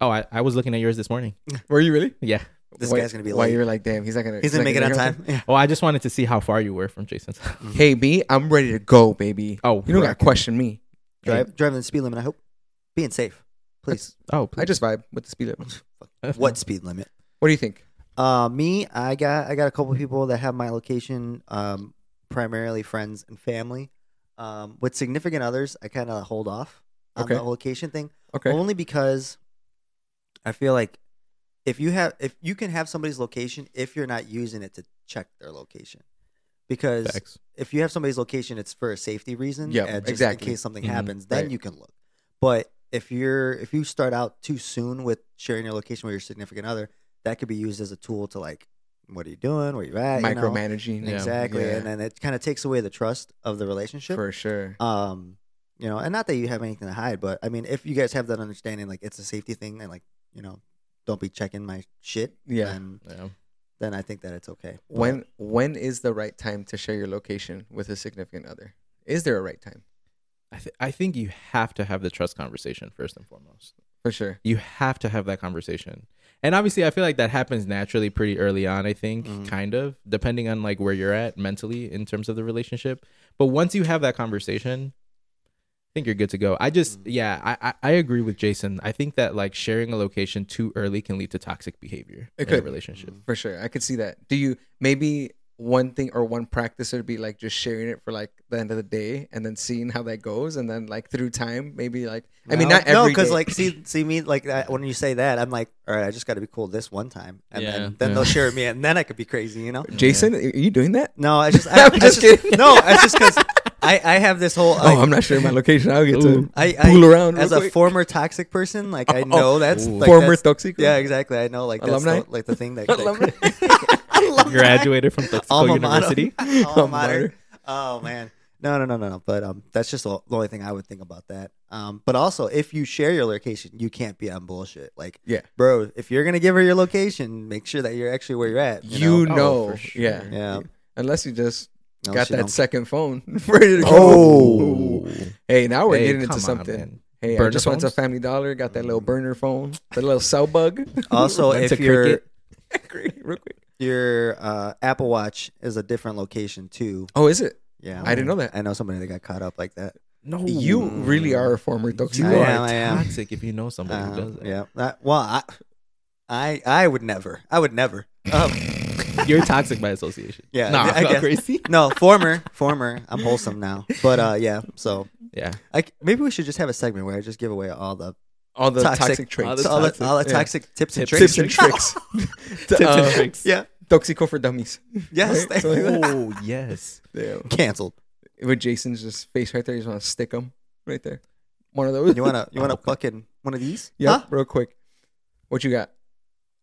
Oh, I, I was looking at yours this morning. (laughs) Were you really? Yeah. This Why- guy's gonna be Why late. you're like, "Damn, he's not gonna He's gonna not make it on here time. Yeah. Oh, I just wanted to see how far you were from Jason's. (laughs) Hey, B, I'm ready to go, baby. oh, You don't right. gotta question me. Drive, driving the speed limit. I hope. Being safe, (laughs) please. Oh, (laughs) I just vibe with the speed limit. what speed limit? What do you think? Uh, me, I got I got a couple people that have my location, um, primarily friends and family. Um, with significant others, I kind of hold off on Okay. the location thing, Okay. only because I feel like if you have if you can have somebody's location if you're not using it to check their location, because Facts. if you have somebody's location, it's for a safety reason. Yeah, uh, just exactly. Mm-hmm. In case something Mhm, happens, then right. you can look. But if you're if you start out too soon with sharing your location with your significant other, that could be used as a tool to like, what are you doing? Where you at? you know? Micromanaging. Yeah. Exactly, Yeah. and then it kind of takes away the trust of the relationship. For sure. Um, you know, and not that you have anything to hide, but I mean, if you guys have that understanding, like it's a safety thing, and like you know, don't be checking my shit. Yeah. Then, Yeah. then I think that it's okay. But When when is the right time to share your location with a significant other? Is there a right time? I, th- I think you have to have the trust conversation first and foremost. For sure. You have to have that conversation. And obviously, I feel like that happens naturally pretty early on, I think, Mm-hmm. Mhm. kind of, depending on like where you're at mentally in terms of the relationship. But once you have that conversation, I think you're good to go. I just, Mm. yeah, I, I, I agree with Jason. I think that like sharing a location too early can lead to toxic behavior It in a could. (laughs) relationship. For sure. I could see that. Do you maybe one thing or one practice would be like just sharing it for like the end of the day and then seeing how that goes and then like through time maybe like I mean No, not every no, because day. like see see me like that, when you say that, I'm like, all right, I just got to be cool this one time, and Yeah. then, then Yeah. they'll share with me, and then I could be (laughs) crazy, you know. Jason, are you doing that? No, I just (laughs) I, I'm I just kidding. No, it's just because I I have this whole. (laughs) Like, oh, I'm not sharing my location. I'll get Ooh. to I, I fool around as real a quick. former toxic person. Like (laughs) I Oh, know that's ooh. like, former that's- toxic. yeah, exactly. I know like that's Alumni? the, like (laughs) the thing that Alumni? alumni. Graduated from Texaco Alma mater. University. alma Alma mater. (laughs) mater. Oh man, no, no, no, no, no. But um, that's just the the only thing I would think about that. Um, but also, if you share your location, you can't be on bullshit. Like, Yeah. bro, if you're gonna give her your location, make sure that you're actually where you're at. You know? know, Oh, for sure. yeah. Yeah. Unless you just No, got she that don't. second phone (laughs) ready to go. Oh. Hey, now we're Hey, getting into come on, something. man. Hey, I Burner just went to phones? Family Dollar, got that little burner phone, the little cell bug. (laughs) Also, Went to if your Cricket. Real quick. your uh, Apple Watch is a different location too. Oh, is it? Yeah, I didn't know that. I know somebody that got caught up like that. No, You really are a former toxic. You I are am, I am. toxic if you know somebody who does Um, that. yeah. That- well, I, I, I would never. I would never. Um, (laughs) You're toxic by association. Yeah, Nah, (laughs) I (laughs) I'm not guess. (laughs) crazy. no, former, former. I'm wholesome now. But uh, yeah. So Yeah. I c maybe we should just have a segment where I just give away all the All the toxic, Toxic- traits. all so all, toxic- the, all the yeah. toxic tips and Tips tricks. and tricks. (laughs) Tips and Uh, (laughs) tricks. yeah. Toxico for dummies. Yes. Right, so thank you. Oh, yes. Damn. Canceled. With Jason's just face right there, you just want to stick him right there. One of those. (laughs) You wanna you wanna fucking one of these? Yep, Huh? real quick. What you got?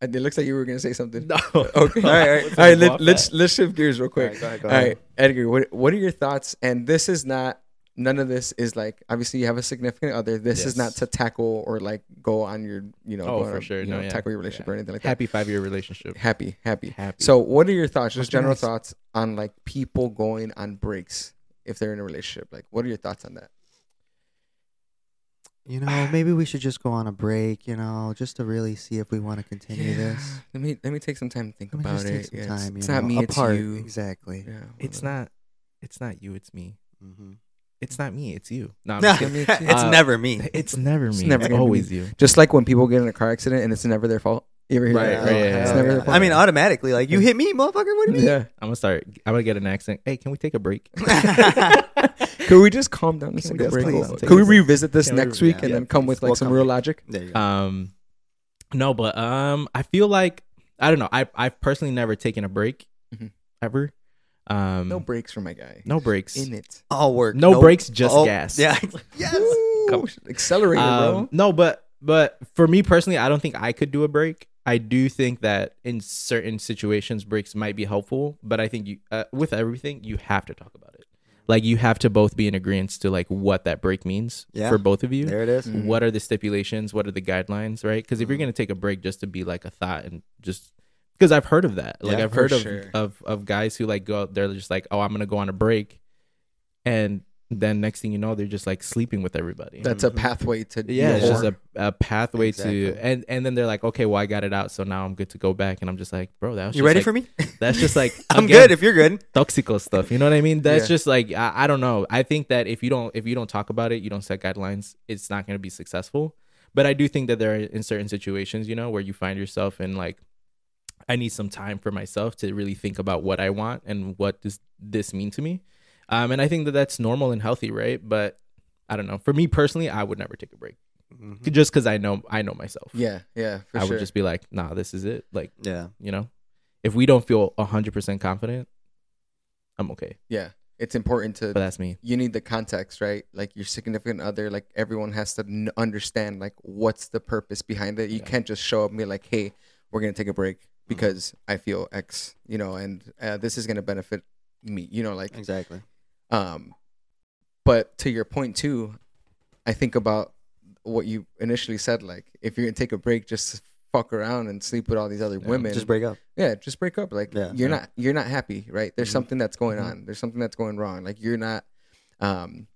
Uh, It looks like you were gonna say something. (laughs) No. Okay. all right. All right. All right let, let's let's shift gears real quick. ahead, All right, Edgar, what what are your thoughts? And this is not none of this is like obviously you have a significant other. This is not Yes. to tackle or like go on your you know Oh, go for on a- sure. you No, know yeah. tackle your relationship or anything like Happy five year relationship. that. Happy, happy, Happy. So what are your thoughts? Just What's your general next? thoughts on like people going on breaks if they're in a relationship. Like what are your thoughts on that? You know, maybe we should just go on a break. You know, just to really see if we want to continue this. Let me let me take some time to think Let me about just it. take some Yeah, it's- time. you it's not know, me, apart. it's you. Exactly. Yeah, It's whatever. not. It's not you. It's me. Mm-hmm. It's not me. It's you. (laughs) No, I'm No, just kidding. it's Uh, never me. It's never me. It's, never gonna be always you. Just like when people get in a car accident and it's never their fault. You ever hear Right, that? Oh, right, yeah, It's yeah, never yeah. their fault. I mean, automatically, like you hit me, motherfucker. What do you mean? yeah. I'm gonna start. I'm gonna get an accent. Hey, can we take a break? Could we just calm down and Can take we a just break? calm Cool. down? Could we revisit this Can we next re- week yeah. and then come with like some real logic? (laughs) There you go. um, no, but um, I feel like I don't know. I I've personally never taken a break Mhm. ever. Um, No breaks for my guy. no breaks. in it. All work. No Nope. breaks, just Oh, gas. Yeah. yes. Ooh, accelerator, Um, bro. no, but but for me personally, I don't think I could do a break. I do think that in certain situations, breaks might be helpful. But I think you, uh, with everything, you have to talk about it. Like you have to both be in agreement to like what that break means Yeah. for both of you. There Mm-hmm. it Mm. is. What are the stipulations? What are the guidelines? Right? Because Mm-hmm. if you're gonna take a break just to be like a thought and just because I've heard of that. Like Yeah, I've for heard of, sure. of of guys who like go out there, they're just like, oh, I'm gonna go on a break, and then next thing you know, they're just like sleeping with everybody That's a pathway to yeah it's just more. a, a pathway to Exactly. and and then they're like okay well i got it out so now i'm good to go back and i'm just like bro that was You just ready like- for me? (laughs) that's just like (laughs) I'm again, good. If you're good. toxical stuff you know what i mean that's Yeah. just like I, I don't know i think that if you don't if you don't talk about it you don't set guidelines it's not going to be successful but i do think that there are in certain situations you know where you find yourself in like i need some time for myself to really think about what i want and what does this mean to me um and i think that that's normal and healthy right but i don't know for me personally i would never take a break Mhm. Mm-hmm. just because I know I know myself. yeah, yeah, for I sure. would just be like, nah, this is it. Like, Yeah. you know, if we don't feel hundred percent confident, I'm okay. yeah, it's important to But that's me. you need the context, right? Like your significant other, like everyone has to n- understand like what's the purpose behind it. You Yeah. can't just show up and be like, "Hey, we're gonna take a break because I feel X," you know, and uh, this is gonna benefit me, you know, like Exactly. um, but to your point too, I think about what you initially said. Like, if you're gonna take a break, just fuck around and sleep with all these other Yeah. women. Just break up. yeah, just break up. Like, Yeah. you're Yeah. not you're not happy, right? There's Mhm. something that's going Mhm. on. There's something that's going wrong. Like, you're not, um,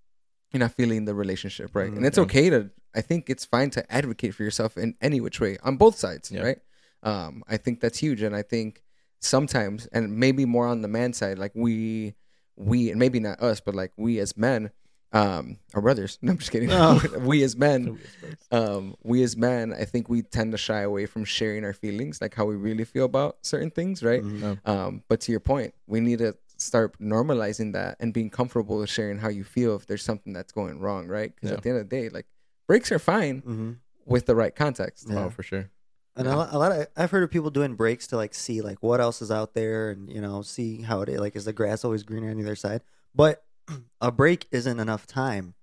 you're not feeling the relationship, right? And it's Mhm. okay to. I think it's fine to advocate for yourself in any which way on both sides, Yeah. right? Um, I think that's huge, and I think sometimes, and maybe more on the man side, like we we and maybe not us, but like we as men, um, our brothers. (laughs) No, I'm just kidding. Oh. we as men, um, we as men, I think we tend to shy away from sharing our feelings, like how we really feel about certain things, right? Mhm. Um, but to your point, we need to start normalizing that and being comfortable with sharing how you feel if there's something that's going wrong, right? Because Yeah. at the end of the day, like breaks are fine Mhm. with the right context. Yeah. Oh, for sure. And a, lot, a lot of I've heard of people doing breaks to like see like what else is out there and you know see how it is. Like is the grass always greener on the other side? But (clears throat) a break isn't enough time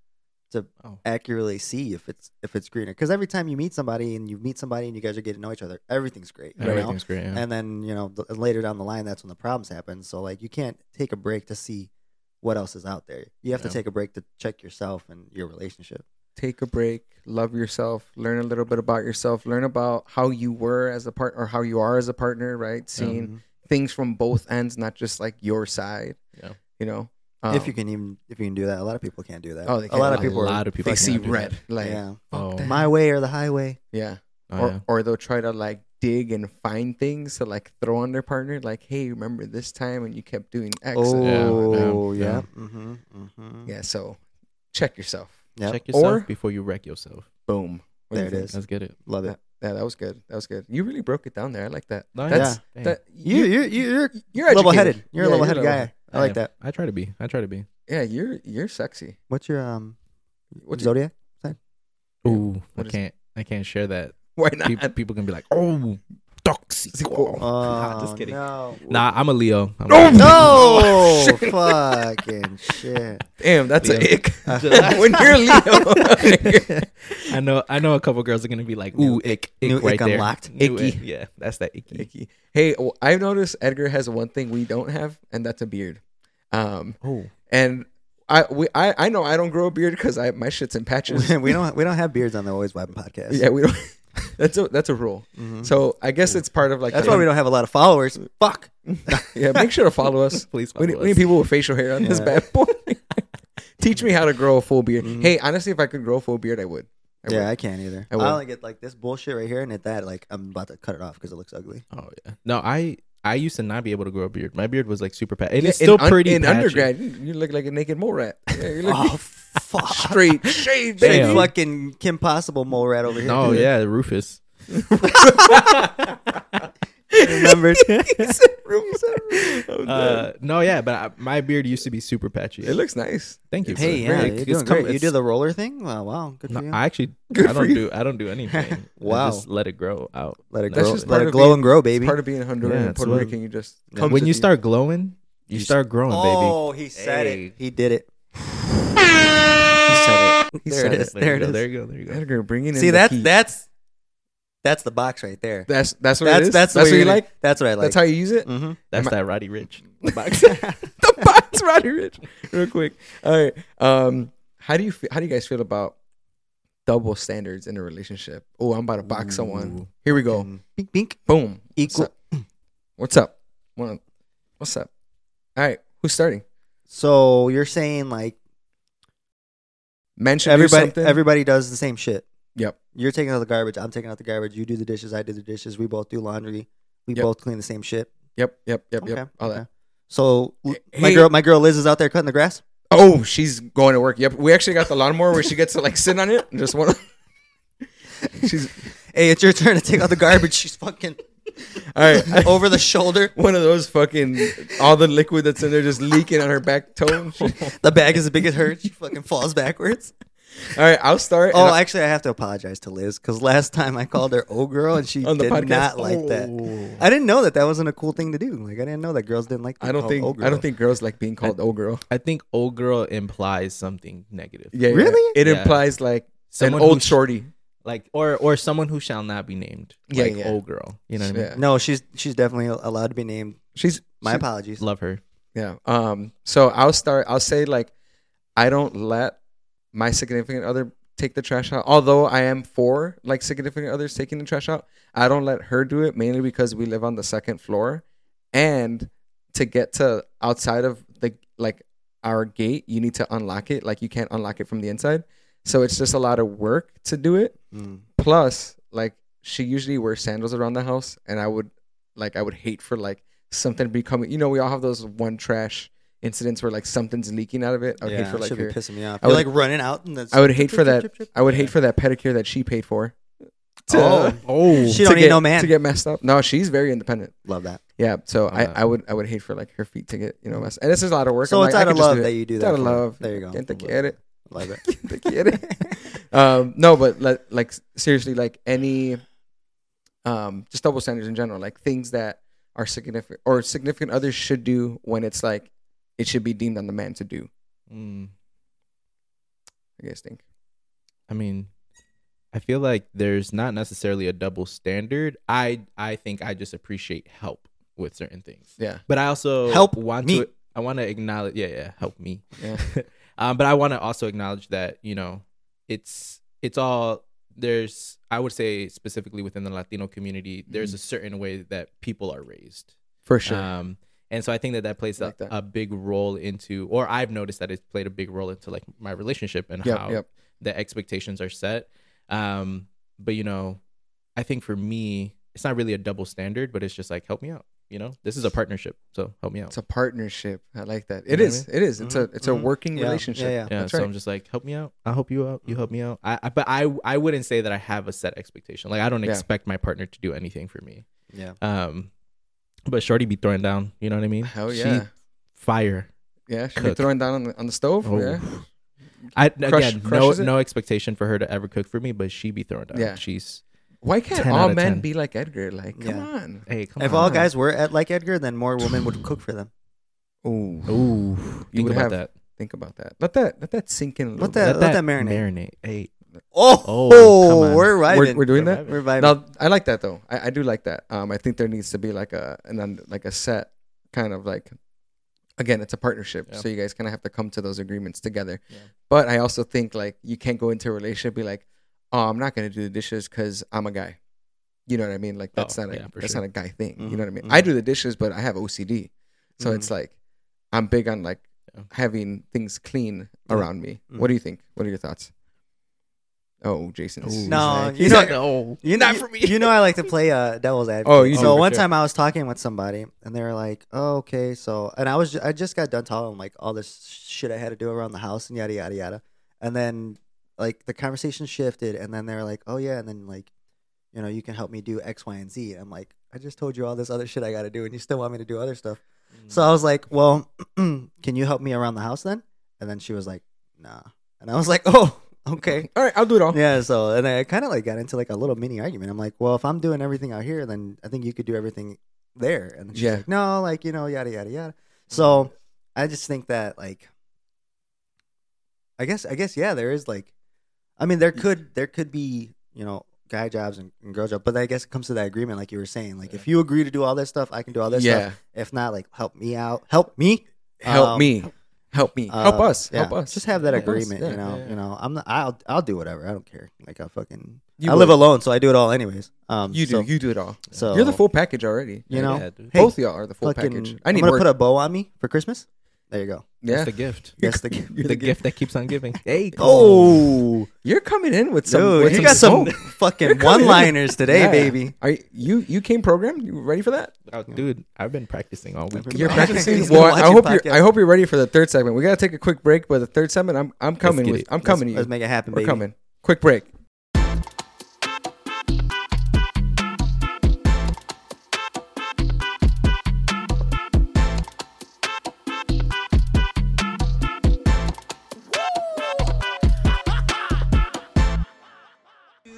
to Oh. accurately see if it's if it's greener. Because every time you meet somebody and you meet somebody and you guys are getting to know each other, everything's great. you know? Everything's great. Yeah. And then you know th- later down the line, that's when the problems happen. So like you can't take a break to see what else is out there. You have to Yeah. take a break to check yourself and your relationship. take a break, love yourself, learn a little bit about yourself, learn about how you were as a part or how you are as a partner, right? Seeing Mhm. things from both ends, not just like your side. Yeah. You know, if you Um, can even if you can do that, a lot of people can't do that. Oh, they a lot can't. of people. a are- lot of people they see cannot do red, that. like yeah. Oh. that. my way or the highway. yeah, Oh, or yeah. or they'll try to like dig and find things to like throw on their partner, like, hey, remember this time when you kept doing X? and- Oh, Yeah, yeah, yeah. Mm-hmm, mm-hmm. yeah. So check yourself. Yep. Check yourself Or- before you wreck yourself. Boom. What do There you it think? is. Let's get it. Love it. That, yeah, that was good. That was good. You really broke it down there. I like that. No, That's yeah. that. You, you, you- you're you're educated. level-headed. You're a Yeah, level-headed guy. level-headed. I like that. I try to be. I try to be. Yeah, you're you're sexy. What's your um What's your- zodiac? Yeah. Ooh, I What is- can't. I can't share that. Why Pe- not? people can be like, oh, toxic. Oh, Nah, just kidding. Um, No. Nah, I'm a Leo. I'm a Oh, No. Leo. fucking shit. (laughs) Damn, that's a Leo. ick. when you're a (laughs) Leo, (laughs) I know. I know. A couple girls are gonna be like, ooh, ick, ick, new right ick there. unlocked. New Icky. ick. Yeah, that's that icky. Icky. Hey, well, I've noticed Edgar has one thing we don't have, and that's a beard. Um, Oh, and I we I, I know I don't grow a beard because I my shit's in patches. (laughs) we don't we don't have beards on the Always Vibing podcast. Yeah, we (laughs) don't. (laughs) That's a that's a rule. Mhm. So I guess it's part of like. that's the- why we don't have a lot of followers. Fuck. (laughs) Yeah, make sure to follow (laughs) (laughs) us. Please we, follow need, us. we need people with facial hair on this Yeah. bad (laughs) boy. Teach me how to grow a full beard. Mhm. Hey, honestly, if I could grow a full beard, I would. I Yeah, would. I can't either. I I, will. only get like this bullshit right here, and at that, like I'm about to cut it off because it looks ugly. Oh yeah. No, I I used to not be able to grow a beard. My beard was like super pat. It Yeah, is still in un- pretty. In patchy. undergrad, you- you look like a naked mole rat. Yeah, you look (laughs) Oh fuck! straight shade. Big Damn. fucking Kim Possible mole rat over here. (laughs) No, dude. Oh, yeah, Rufus. Remember? (laughs) (laughs) Uh, no, yeah, but I, my beard used to be super patchy. It looks nice. Thank you. for hey, that. yeah, It- you're it's doing come- great. You it's- do the roller thing? Wow, wow, good No, for you. I actually I for don't you. do I don't do anything. I Wow. just let it grow out. let it That's grow. just Let part it of glow being- and grow, It's baby. part of being Honduran Yeah, and it's Puerto what- Rican. You just Yeah. comes when with you start glowing, you You start growing, baby. Oh, he said Hey. it. He did it. He said it. He There said it is. There, you it go, there you go. There you go. Edgar, bringing in See the that? heat. That's that's the box right there. that's that's what it That's is? that's the that's what way you you're gonna- like. That's what I like. That's how you use it. Mhm. That's that Roddy Rich. The box, (laughs) the box, (laughs) Roddy Rich. Real quick. All right. Um, how do you fe- how do you guys feel about double standards in a relationship? Oh, I'm about to box someone. Here we go. Bink, bink. Boom. Equal. What's up? What's up? One- What's up? All right. Who's starting? So you're saying like Mention everybody Something. everybody does the same shit. Yep. You're taking out the garbage. I'm taking out the garbage. You do the dishes. I do the dishes. We both do laundry. We Yep. both clean the same shit. Yep. Yep. Yep. Yep. All that. So l- my Hey. girl, my girl Liz is out there cutting the grass. Oh, she's going to work. Yep. We actually got the lawnmower where she gets to like sit on it and just one. (laughs) she's Hey, it's your turn to take out the garbage. (laughs) She's fucking all right. over the shoulder. one of those fucking all the liquid that's in there just leaking on her back toe. and shit. The bag is as big as hers. She fucking falls backwards. all right, I'll (laughs) start. and Oh, I'll- actually, I have to apologize to Liz because last time I called her "Oh girl" and she On the did podcast. Oh. not like that. I didn't know that that wasn't a cool thing to do. Like I Oh, didn't know that girls didn't like. I don't think I don't think girls like being called old girl. I think old girl implies something negative. Yeah, yeah. Really? It Yeah. implies like Someone an who old sh- shorty. Like or or someone who shall not be named. Yeah, like yeah. old girl. You know what I mean? Yeah. No, she's she's definitely allowed to be named. She's My she- apologies. Love her. Yeah. Um. So I'll start. I'll say like, I don't let my significant other take the trash out. Although I am for like significant others taking the trash out, I don't let her do it mainly because we live on the second floor, and to get to outside of the like our gate, you need to unlock it. Like you can't unlock it from the inside. So it's just a lot of work to do it. Mm. Plus, like she usually wears sandals around the house, and I would like I would hate for like something becoming. You know, we all have those one trash incidents where like something's leaking out of it. I would hate Yeah, for it like should be your, pissing me off. I You're would- like running out and that's, I would hate for that. I would Yeah. hate for that pedicure that she paid for. to- (laughs) Oh. (laughs) Oh, She to don't need get- no man. to get messed up. No, she's very independent. Love that. Yeah, so Wow. I, I would I would hate for like her feet to get you know messed. And this is a lot of work. Uh. So I'm it's like, I out of could just love do it. that you do It's that. out of for her. love. There you go. Can't Love take it. (laughs) Love it. Te quiere. um, no, but like, like seriously, like any, um, just double standards in general, like things that are significant or significant others should do when it's like it should be deemed on the man to do. Mm, I guys think. I mean, I feel like there's not necessarily a double standard. I I think I just appreciate help with certain things. Yeah. But I also Help want me. to I want to acknowledge yeah, yeah, help me. (laughs) Yeah. um but I want to also acknowledge that, you know, it's it's all there's I would say specifically within the Latino community, Mm-hmm. there's a certain way that people are raised. For sure. Um, and so I think that that plays Like a, that. a big role into, or I've noticed that it's played a big role into like my relationship and Yep, how yep. the expectations are set. Um, but you know, I think for me, it's not really a double standard, but it's just like help me out. You know, this is a partnership, so help me out. it's a partnership. I like that. You It know what I Mm-hmm. is. It is. It's a it's a Mhm. working (laughs) Yeah, relationship. yeah, yeah. yeah, that's so right. I'm just like, help me out. I'll help you out. You help me out. I, I but I I wouldn't say that I have a set expectation. Like I don't Yeah. expect my partner to do anything for me. Yeah. Um, but Shorty be throwing down. You know what I mean? Hell She yeah. fire. yeah. Should be cook. throwing down on the, on the stove. Oh. Yeah. I Crush- again, no crushes it? no expectation for her to ever cook for me, but she be throwing down. Yeah. she's Why can't 10 all outta men 10. be like Edgar? Like, come Yeah. on. hey, come If on. all guys were at like Edgar, then more women would cook for them. Ooh. Ooh, You think would about have- that. Think about that. Let that let that sink in a little Let bit. that, let that marinate. marinate. Hey, Oh, Oh, come we're on. We're, vibing. we're doing that. We're vibing. Now I like that though. I, I do like that. Um, I think there needs to be like a an un- like a set kind of like again, it's a partnership. Yeah. So you guys kind of have to come to those agreements together. Yeah. But I also think like you can't go into a relationship be like, oh, I'm not gonna do the dishes because I'm a guy. You know what I mean? Like that's Oh, not a yeah, for that's sure. Mm-hmm, not a guy thing. You Mhm, know what I mean? mhm. I do the dishes, but I have OCD, so it's Mhm. like I'm big on like Yeah. Mm-hmm. having things clean Yeah. around me. Mhm. What do you think? What are your thoughts? Oh, Jason's. No, he's you he's know- like, oh, You know, not for me. You know, I like to play uh, devil's advocate. Oh, you So do, one okay. time I was talking with somebody, and they were like, "Oh, okay." So, and I was, ju- I just got done telling them like all this shit I had to do around the house and yada yada yada, and then like the conversation shifted, and then they were like, "Oh yeah," and then like, you know, you can help me do X, Y, and Z. I'm like, I just told you all this other shit I got to do, and you still want me to do other stuff. So I was like, "Well, (clears throat) can you help me around the house then?" And then she was like, "Nah," and I was like, (laughs) "Oh, okay." all right, I'll do it all. yeah so and i kind of like got into like a little mini argument i'm like well if i'm doing everything out here then i think you could do everything there and she's Yeah. Mm-hmm. like no like you know yada yada yada so i just think that like i guess i guess yeah there is like i mean there could there could be you know guy jobs and, and girl jobs but i guess it comes to that agreement like you were saying like if you agree to do all this stuff i can do all this yeah. stuff if not like help me out help me Help Um, me. Help me. uh, help us. yeah, Help us. Just have that Help us. agreement, Yeah, you know. yeah, yeah. You know, I'm not. I'll I'll do whatever. I don't care. Like I fucking. You I live would. alone, so I do it all anyways. Um, You do. so- you do it all. so You're the full package already. You know, yeah, dude. hey, Both y'all are the full fucking, package. I I need need am gonna more. put a bow on me for Christmas. There you go. yeah. That's the gift. (laughs) That's the (laughs) gift. (laughs) You're the, gift that keeps on giving. Hey, Oh, You're coming in with some. dude, with you got some smoke. (laughs) fucking You're coming in. one-liners today, Yeah. baby. Are you, you you came programmed? You ready for that? Oh, dude, I've been practicing all week. Everybody- You're Yeah. practicing. He's gonna Well, watch I your hope you're. podcast. I hope you're ready for the third segment. We gotta take a quick break, but the third segment, I'm I'm coming get with. it. I'm coming Let's to you. make it happen, We're baby. coming. Quick break.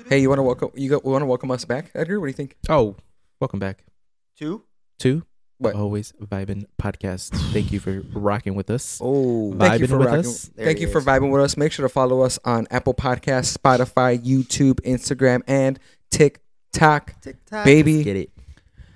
Hey, you want to welcome you go, want to welcome us back, Edgar? What do you think? Oh, welcome back Two. to What? Always Vibin Podcast. Thank you for rocking with us. Oh, Vibing with us? There Thank he you for is. vibing with us. Make sure to follow us on Apple Podcasts, Spotify, YouTube, Instagram, and TikTok. TikTok. Baby, it.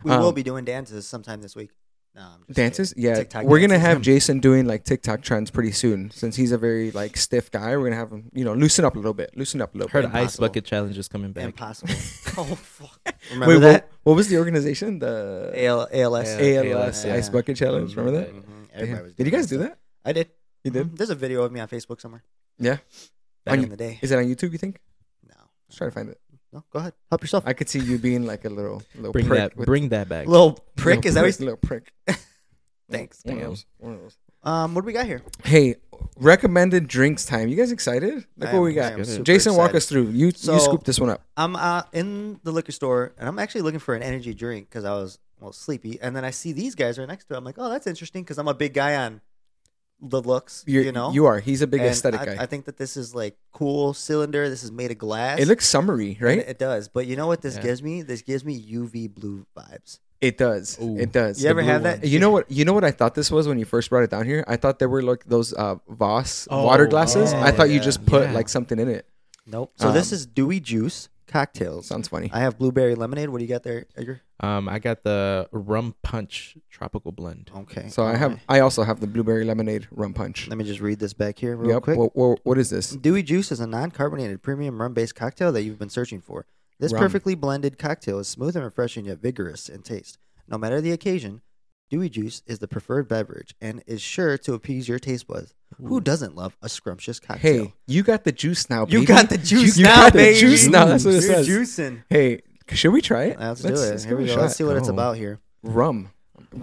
We Um, will be doing dances sometime this week. No, I'm just dances. kidding. Yeah, TikTok we're gonna dances. (laughs) Hmm. have Jason doing like TikTok trends pretty soon, since he's a very like stiff guy. We're gonna have him, you know, loosen up a little bit, loosen up a little Heard bit. the ice Impossible. bucket challenge is coming back. impossible. oh fuck! (laughs) Wait, Remember what- that What, was the organization? The AL, ALS? Yeah. ALS, ALS, ice yeah. bucket challenge. Remember that? Mhm. Damn. Everybody was Did you doing guys do stuff. that? I did. You did. Mhm. There's a video of me on Facebook somewhere. Yeah. Back On in the day. Is it on YouTube? You think? No. Let's try to find it. No. Go ahead. Help yourself. I could see you being like a little little Bring prick that. with- Bring that back. Little prick. little Is that what prick, little you- prick? Thanks. One of Damn. those. One of those. Um, what do we got here? Hey, recommended drinks time. You guys excited? Look I what am- we I got. am super Jason, walk excited. us through. You So- you scoop this one up. I'm uh, in the liquor store and I'm actually looking for an energy drink because I was well sleepy, and then I see these guys right next to it. I'm like, oh, that's interesting because I'm a big guy on the looks. You're, you know, you are. He's a big And aesthetic I, guy. I think that this is like cool cylinder. This is made of glass. it looks summery, And right? It, does. But you know what this Yeah. gives me? This gives me UV blue vibes. It does. Ooh. It does. You ever have that? You know what? You know what I thought this was when you first brought it down here. I thought they were like those uh, Voss Oh, water glasses. yeah, I thought you yeah. just put Yeah. like something in it. Nope. So this Um, is Dewey Juice cocktails. Sounds funny. I have blueberry lemonade. What do you got there, Edgar? Um, I got the rum punch tropical blend. Okay. so I have. alright. I also have the blueberry lemonade rum punch. Let me just read this back here real Yep. quick. Wha- wha- what is this? Dewey Juice is a non-carbonated premium rum-based cocktail that you've been searching for. This Rum. perfectly blended cocktail is smooth and refreshing yet vigorous in taste. No matter the occasion, Dewey Juice is the preferred beverage and is sure to appease your taste buds. Who doesn't love a scrumptious cocktail? Hey, you got the juice now, baby. you got the juice you now, got baby. The juice now. That's what it You're says. Juicing. Hey, should we try it? Let's- Let's, do it. let's Here give we it a go. shot. Let's see what it's Oh. about here. Rum.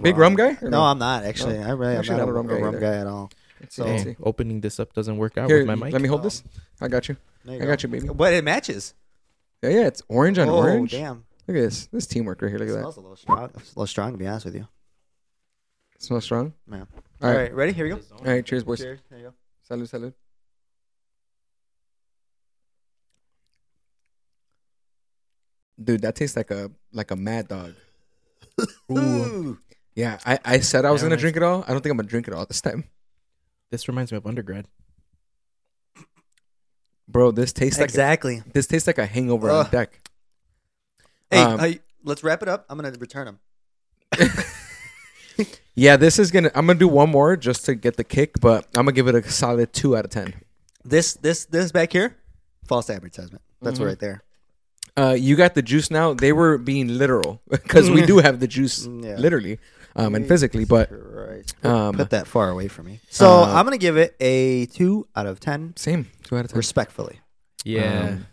Big rum guy? or No, I'm not actually. I really, I'm Actually not, a rum, guy, either. at all. Let's see, So let's Oh, see. opening this up doesn't work out Here, with my mic. let me hold this. I got you. Oh. There I got you, baby. But it matches. Yeah, yeah, it's orange on oh, orange. damn. Look at this. This teamwork right here. Look at that. Smells a little strong. A little strong, to be honest with you. Smells strong. Yeah. All All right. right, ready? Here we go. All right. Cheers, boys. Cheers. There you go. Salud, salud. Dude, that tastes like a like a mad dog. (laughs) Ooh. Yeah, I, I said I was Yeah, gonna nice. drink it all. I don't think I'm gonna drink it all this time, This reminds me of undergrad. bro. This tastes Exactly. like a, this tastes like a hangover on Ugh. deck. Hey, Um, hey, let's wrap it up. I'm gonna return them. Yeah, this is gonna. I'm gonna do one more just to get the kick, but I'm gonna give it a solid two out of ten. This this this back here, false advertisement. That's Mhm. right there. Uh, you got the juice now. They were being literal (laughs) because we do have the juice Mm. (laughs) Yeah. literally um, and physically, but Christ. Put, um, put that far away from me. So uh, I'm gonna give it a two out of ten, same two out of ten. respectfully. Yeah. Um,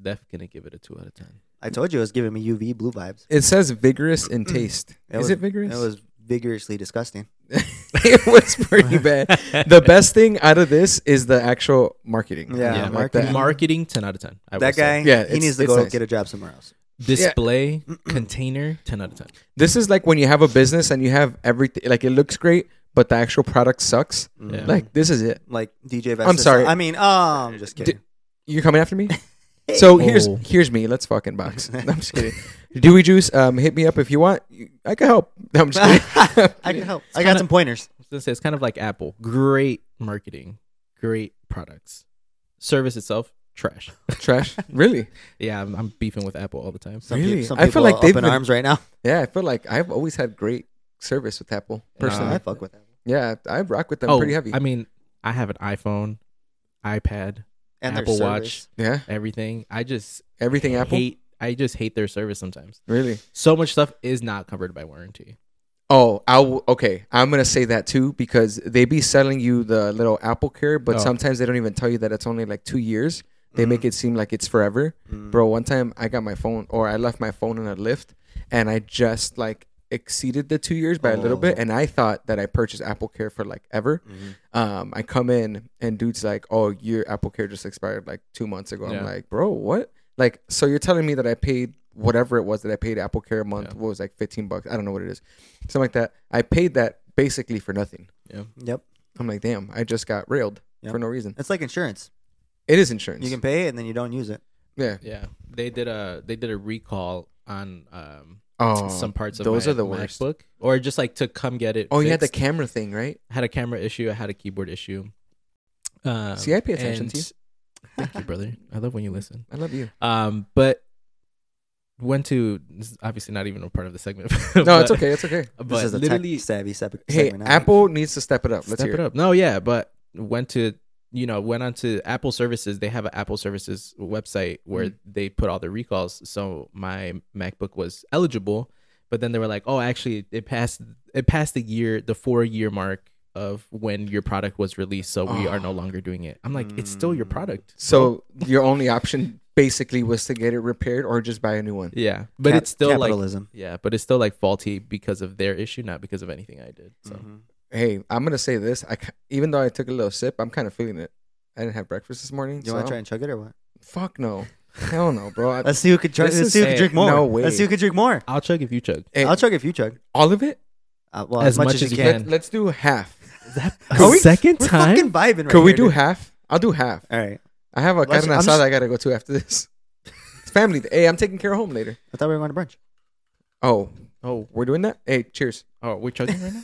Def gonna give it a two out of ten. I told you it was giving me UV blue vibes. It says vigorous in taste. Mm. That Is was- it vigorous? It was vigorously disgusting. (laughs) it was pretty bad. (laughs) The best thing out of this is the actual marketing. Yeah, I Yeah, like marketing. that. marketing ten out of ten. I will that say. guy, Yeah, he it's- needs to it's go nice. get a job somewhere else. (clears throat) display container ten out of ten. This is like when you have a business and you have everything. Like it looks great, but the actual product sucks. Yeah. Like this is it. Mm. Like DJ Vestas. sorry. I mean, oh, I'm just kidding. You're coming after (laughs) me. So here's Oh. here's me. Let's fucking box. (laughs) No, I'm just kidding. Dewey Juice, um, hit me up if you want. I can help. (laughs) No, I'm (laughs) just kidding. I can help. I kinda- got some pointers. I was gonna say it's kind of like Apple. Great marketing, great products. Service itself, trash. Trash. Really? Yeah, I'm, I'm beefing with Apple all the time. Some Really? peop- some I feel people like up they've in been- arms right now. Yeah, I feel like I've always had great service with Apple personally. I fuck with that. yeah, I rock Oh, with them pretty heavy. I mean, I have an iPhone, iPad, And their Apple Watch, service. yeah, everything. I just everything Apple. hate. I just hate their service sometimes. Really? So much stuff is not covered by warranty. Oh, I will. Okay, I'm gonna say that too because they be selling you the little Apple Care, but Oh. Mm. sometimes they don't even tell you that it's only like two years. They make it seem like it's forever, Mm. bro. One time I got my phone, or I left my phone in a lift, and I just like exceeded the two years by a little Oh. bit, and I thought that I purchased Apple Care for like ever. Mm-hmm. Um, I come in and dude's like, "Oh, your Apple Care just expired like two months ago." Yeah. I'm like, "Bro, what?" Like, so you're telling me that I paid whatever it was that I paid Apple Care a month? Yeah. What was like fifteen bucks? I don't know what it is, something like that. I paid that basically for nothing. Yep. I'm like, "Damn, I just got railed Yep. for no reason." It's like insurance. It is insurance. You can pay it and then you don't use it. yeah. Yeah, they did a they did a recall on um, Oh, some parts of those my are the worst. MacBook, or just like to come get it. Oh, you had the fixed. camera thing, right? I had a camera issue. I had a keyboard issue. Um, See, I pay attention to and- (laughs) Thank you, brother. I love when you listen. I love (laughs) you. Um, but went to this is obviously not even a part of the segment. (laughs) No, it's okay. It's okay. But This is a literally, tech savvy sep- Hey, segment. Apple needs to step it up. Let's step hear it up. No, yeah, but went to you know went on to Apple Services. They have an Apple Services website where Mm-hmm. they put all the recalls. So my MacBook was eligible, but then they were like, oh, actually, it passed it passed the year, the four year mark of when your product was released. So we are no longer doing it. I'm like, it's still your product. Ah. Mm. So your only option basically was to get it repaired or just buy a new one. Yeah, but Cap- it's still capitalism. like yeah, but it's still like faulty because of their issue, not because of anything I did. Mm-hmm. So Mm-hmm. Hey, I'm gonna say this. I ca- even though I took a little sip, I'm kind of feeling it. I didn't have breakfast this morning. You so want to I'm- try and chug it or what? Fuck no. Hell no, bro. I- (laughs) Let's see who can chug. This Let's is- see who can Hey, drink more. no way. Let's see who can drink more. I'll chug if you chug. hey, I'll chug if you chug. all of it. Uh, well, as, much, as you can. Let, let's do half. Are we- second We're fucking vibing right Could we here, do dude. half? I'll do half. All right. I have a Let's- carne I'm asada just- I gotta go to after this. It's family. day. Hey, I'm taking care of home later. I thought we were going to brunch. Oh, Oh, we're doing that. Hey, cheers. oh, we're chugging right now.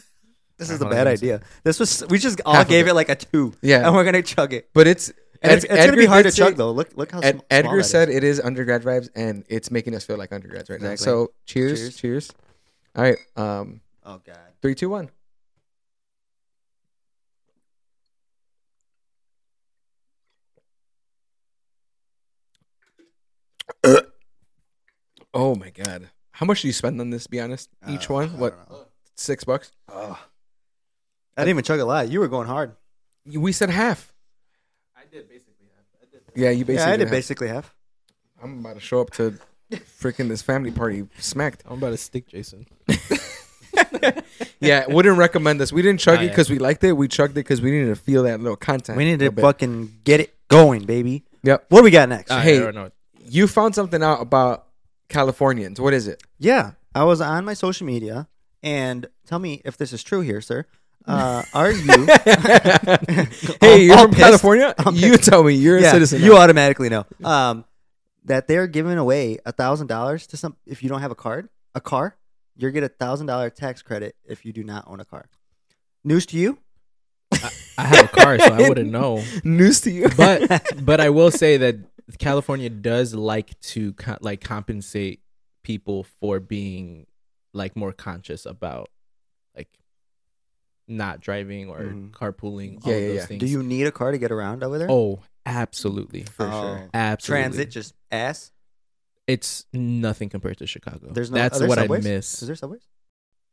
This All is right, a hold on bad one idea. This was we just all Half of gave it. it. like a two. Yeah. and we're gonna chug it. But it's And it's, Ed- it's gonna be Edgar hard did to say- chug though. Look, look how sm- Ed- small that Edgar is. said it is undergrad vibes, and it's making us feel like undergrads right Exactly. now. So cheers, Cheers. cheers, All right, um, "Oh God, three, two, one. (clears throat) oh my god, how much do you spend on this? Be honest, each Uh, one I what don't know. six bucks? Oh. I didn't even chug a lot. You were going hard. You- We said half. I did basically half. Yeah, you basically. yeah, I did half. basically half. I'm about to show up (laughs) to freaking this family party smacked. I'm about to stick Jason. yeah, wouldn't recommend this. We didn't chug Not it yet. because we liked it. We chugged it because we needed to feel that little content. We need a to bit. fucking get it going, baby. Yep. What do we got next? Uh, I Hey. don't know. You found something out about Californians. What is it? (laughs) yeah, I was on my social media, and tell me if this is true here, sir. Uh, are you? (laughs) (laughs) hey, you're all from pissed. California. I'm you pissed. tell me you're a citizen. You now. automatically know um, that they're giving away a thousand dollars to some. If you don't have a card, a car, you get a thousand dollar tax credit if you do not own a car. News to you? I have a car, so (laughs) I wouldn't know. News to you. (laughs) But but I will say that California does like to co- like compensate people for being like more conscious about like not driving or Mhm. carpooling. all Mm-hmm. Yeah, of yeah, those yeah. Do things. Do you need a car to get around over there? Oh, absolutely, for Oh. sure. absolutely. transit just ass. it's nothing compared to Chicago. There's no. That's are there what subways? I miss. Is there subways?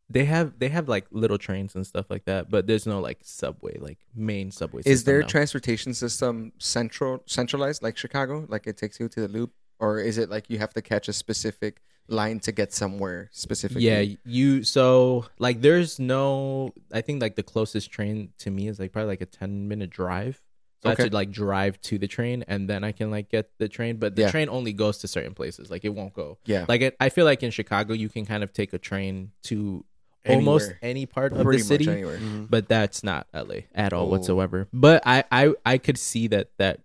they have they have like little trains and stuff like that, but there's no like subway, like main subway. Is system, their no. transportation system central centralized like Chicago? Like it takes you to the loop, or is it like you have to catch a specific line to get somewhere specifically? Yeah, you so like there's no I think like the closest train to me is like probably like a 10 minute drive. So I Okay. have to like drive to the train and then I can like get the train, but the Yeah. train only goes to certain places. Like it won't go. Yeah. Like it, I feel like in Chicago you can kind of take a train to almost Anywhere. any part of pretty the city. much anywhere. Mm-hmm. but that's not LA at all Oh. whatsoever. But I, I I could see that that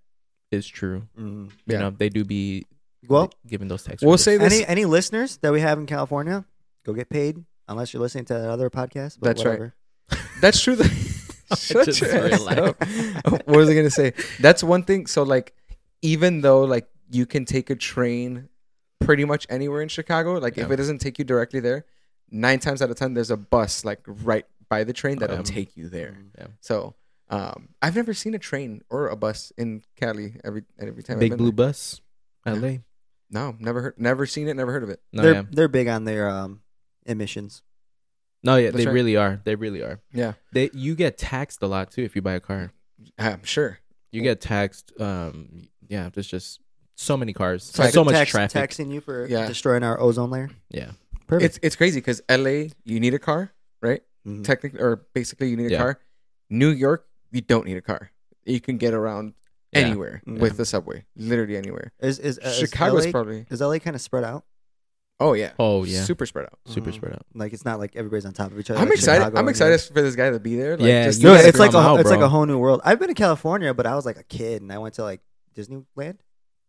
is true. Mhm. Yeah. You know, they do be Well, giving those texts. We'll say this. any any listeners that we have in California, go get paid. Unless you're listening to another podcast, but That's right. (laughs) whatever. That's true. (laughs) That, Shut just your ass (laughs) (laughs) realized. up. Oh, (laughs) what was I gonna say? That's one thing. So like, even though like you can take a train pretty much anywhere in Chicago, like if Yeah. it doesn't take you directly there, nine times out of ten there's a bus like right by the train that'll Oh, yeah. Mm-hmm. take you there. Yeah. So um, I've never seen a train or a bus in Cali every every time. I've Big been Blue there. Bus, LA. No, never heard, never seen it, never heard of it. No, they're yeah. they're big on their um emissions. No, yeah, That's they right. really are. They really are. Yeah, They you get taxed a lot too if you buy a car. I'm sure. You get taxed. Um, yeah, there's just so many cars, So I so They're much tax- traffic. taxing you for Yeah. destroying our ozone layer. Yeah, Perfect. It's it's crazy because LA, you need a car, right? Mhm. technically or basically you need a Yeah. car. New York, you don't need a car. You can get around Yeah. anywhere Yeah. with the subway, literally anywhere. Is is, Mm-hmm. uh, Chicago's is LA, probably is LA kind of spread out? oh yeah, Oh yeah, super, super Mm-hmm. spread out. Mhm. spread out. Like it's not like everybody's on top of each other. I'm like excited. Uh, Chicago I'm and- excited for this guy to be there. Like, Yeah, just to you Dude, guys see it's figure like a them whole- out, it's like bro. a whole new world. I've been to California, but I was like a kid, and I went to like Disneyland.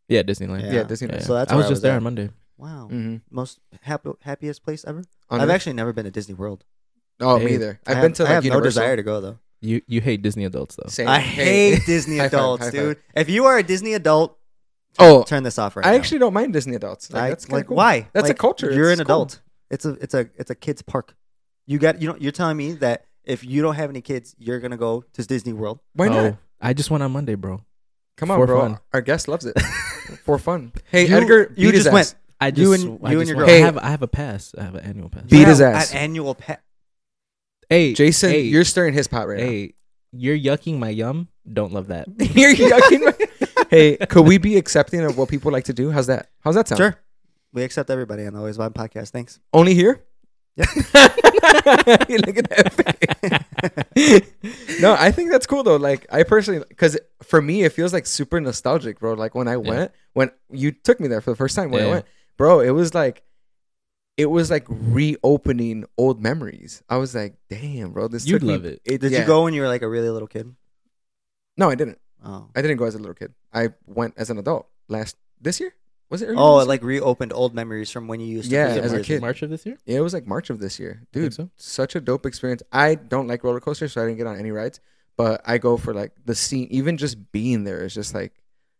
Yeah, Disneyland. yeah, Yeah. Disneyland. Yeah. So that's I where was I just was there at. on Monday. Wow, Mhm. most happy, happiest place ever. On I've Earth. actually never been to Disney World. oh me Hey. either. I I've have, been to like I have no Universal. desire to go though. You you hate Disney adults though. Same. I Hey. hate Disney High five, adults, high five. dude. If you are a Disney adult, (laughs) Oh, turn this off right now. I actually don't mind Disney adults. Like, I- that's kinda like cool. why? That's a Like, culture. You're It's an cool. adult. It's a it's a it's a kids park. You got you don't you're telling me that if you don't have any kids, you're gonna go to (laughs) Disney World. Why not? Oh, I just went on Monday, bro. Come on, for bro. fun. Our guest (laughs) loves it for fun. Hey, You- Edgar, you beat his just went. ass. I just You and- I you and just your girl. went- Hey. I have I have a pass. I have an annual pass. Beat You his have ass. An annual pet. Hey, Jason, hey, you're stirring his pot right now. hey, you're yucking my yum. Don't love that. (laughs) You're yucking (laughs) my- hey, could we be accepting of what people like to do? How's that? How's that sound? Sure. We accept everybody on the Always Vibe podcast. Thanks. Only here? Yeah. (laughs) You Look at (laughs) that face. no, I think that's cool though. Like I personally because for me it feels like super nostalgic, bro. Like when I went, when you took me there for the first time when I Yeah. went, bro, it was like it was like reopening old memories. I was like, damn, bro, this You'd took me- love it. Did yeah. you go when you were like a really little kid? No, I didn't. Oh. I didn't go as a little kid. I went as an adult last this year. Was it? earlier Oh, this it like reopened old memories from when you used to Yeah, visit as a March. kid. March of this year. Yeah, it was like March of this year, think dude. so? Such a dope experience. I don't like roller coasters, so I didn't get on any rides. But I go for like the scene. Even just being there is just like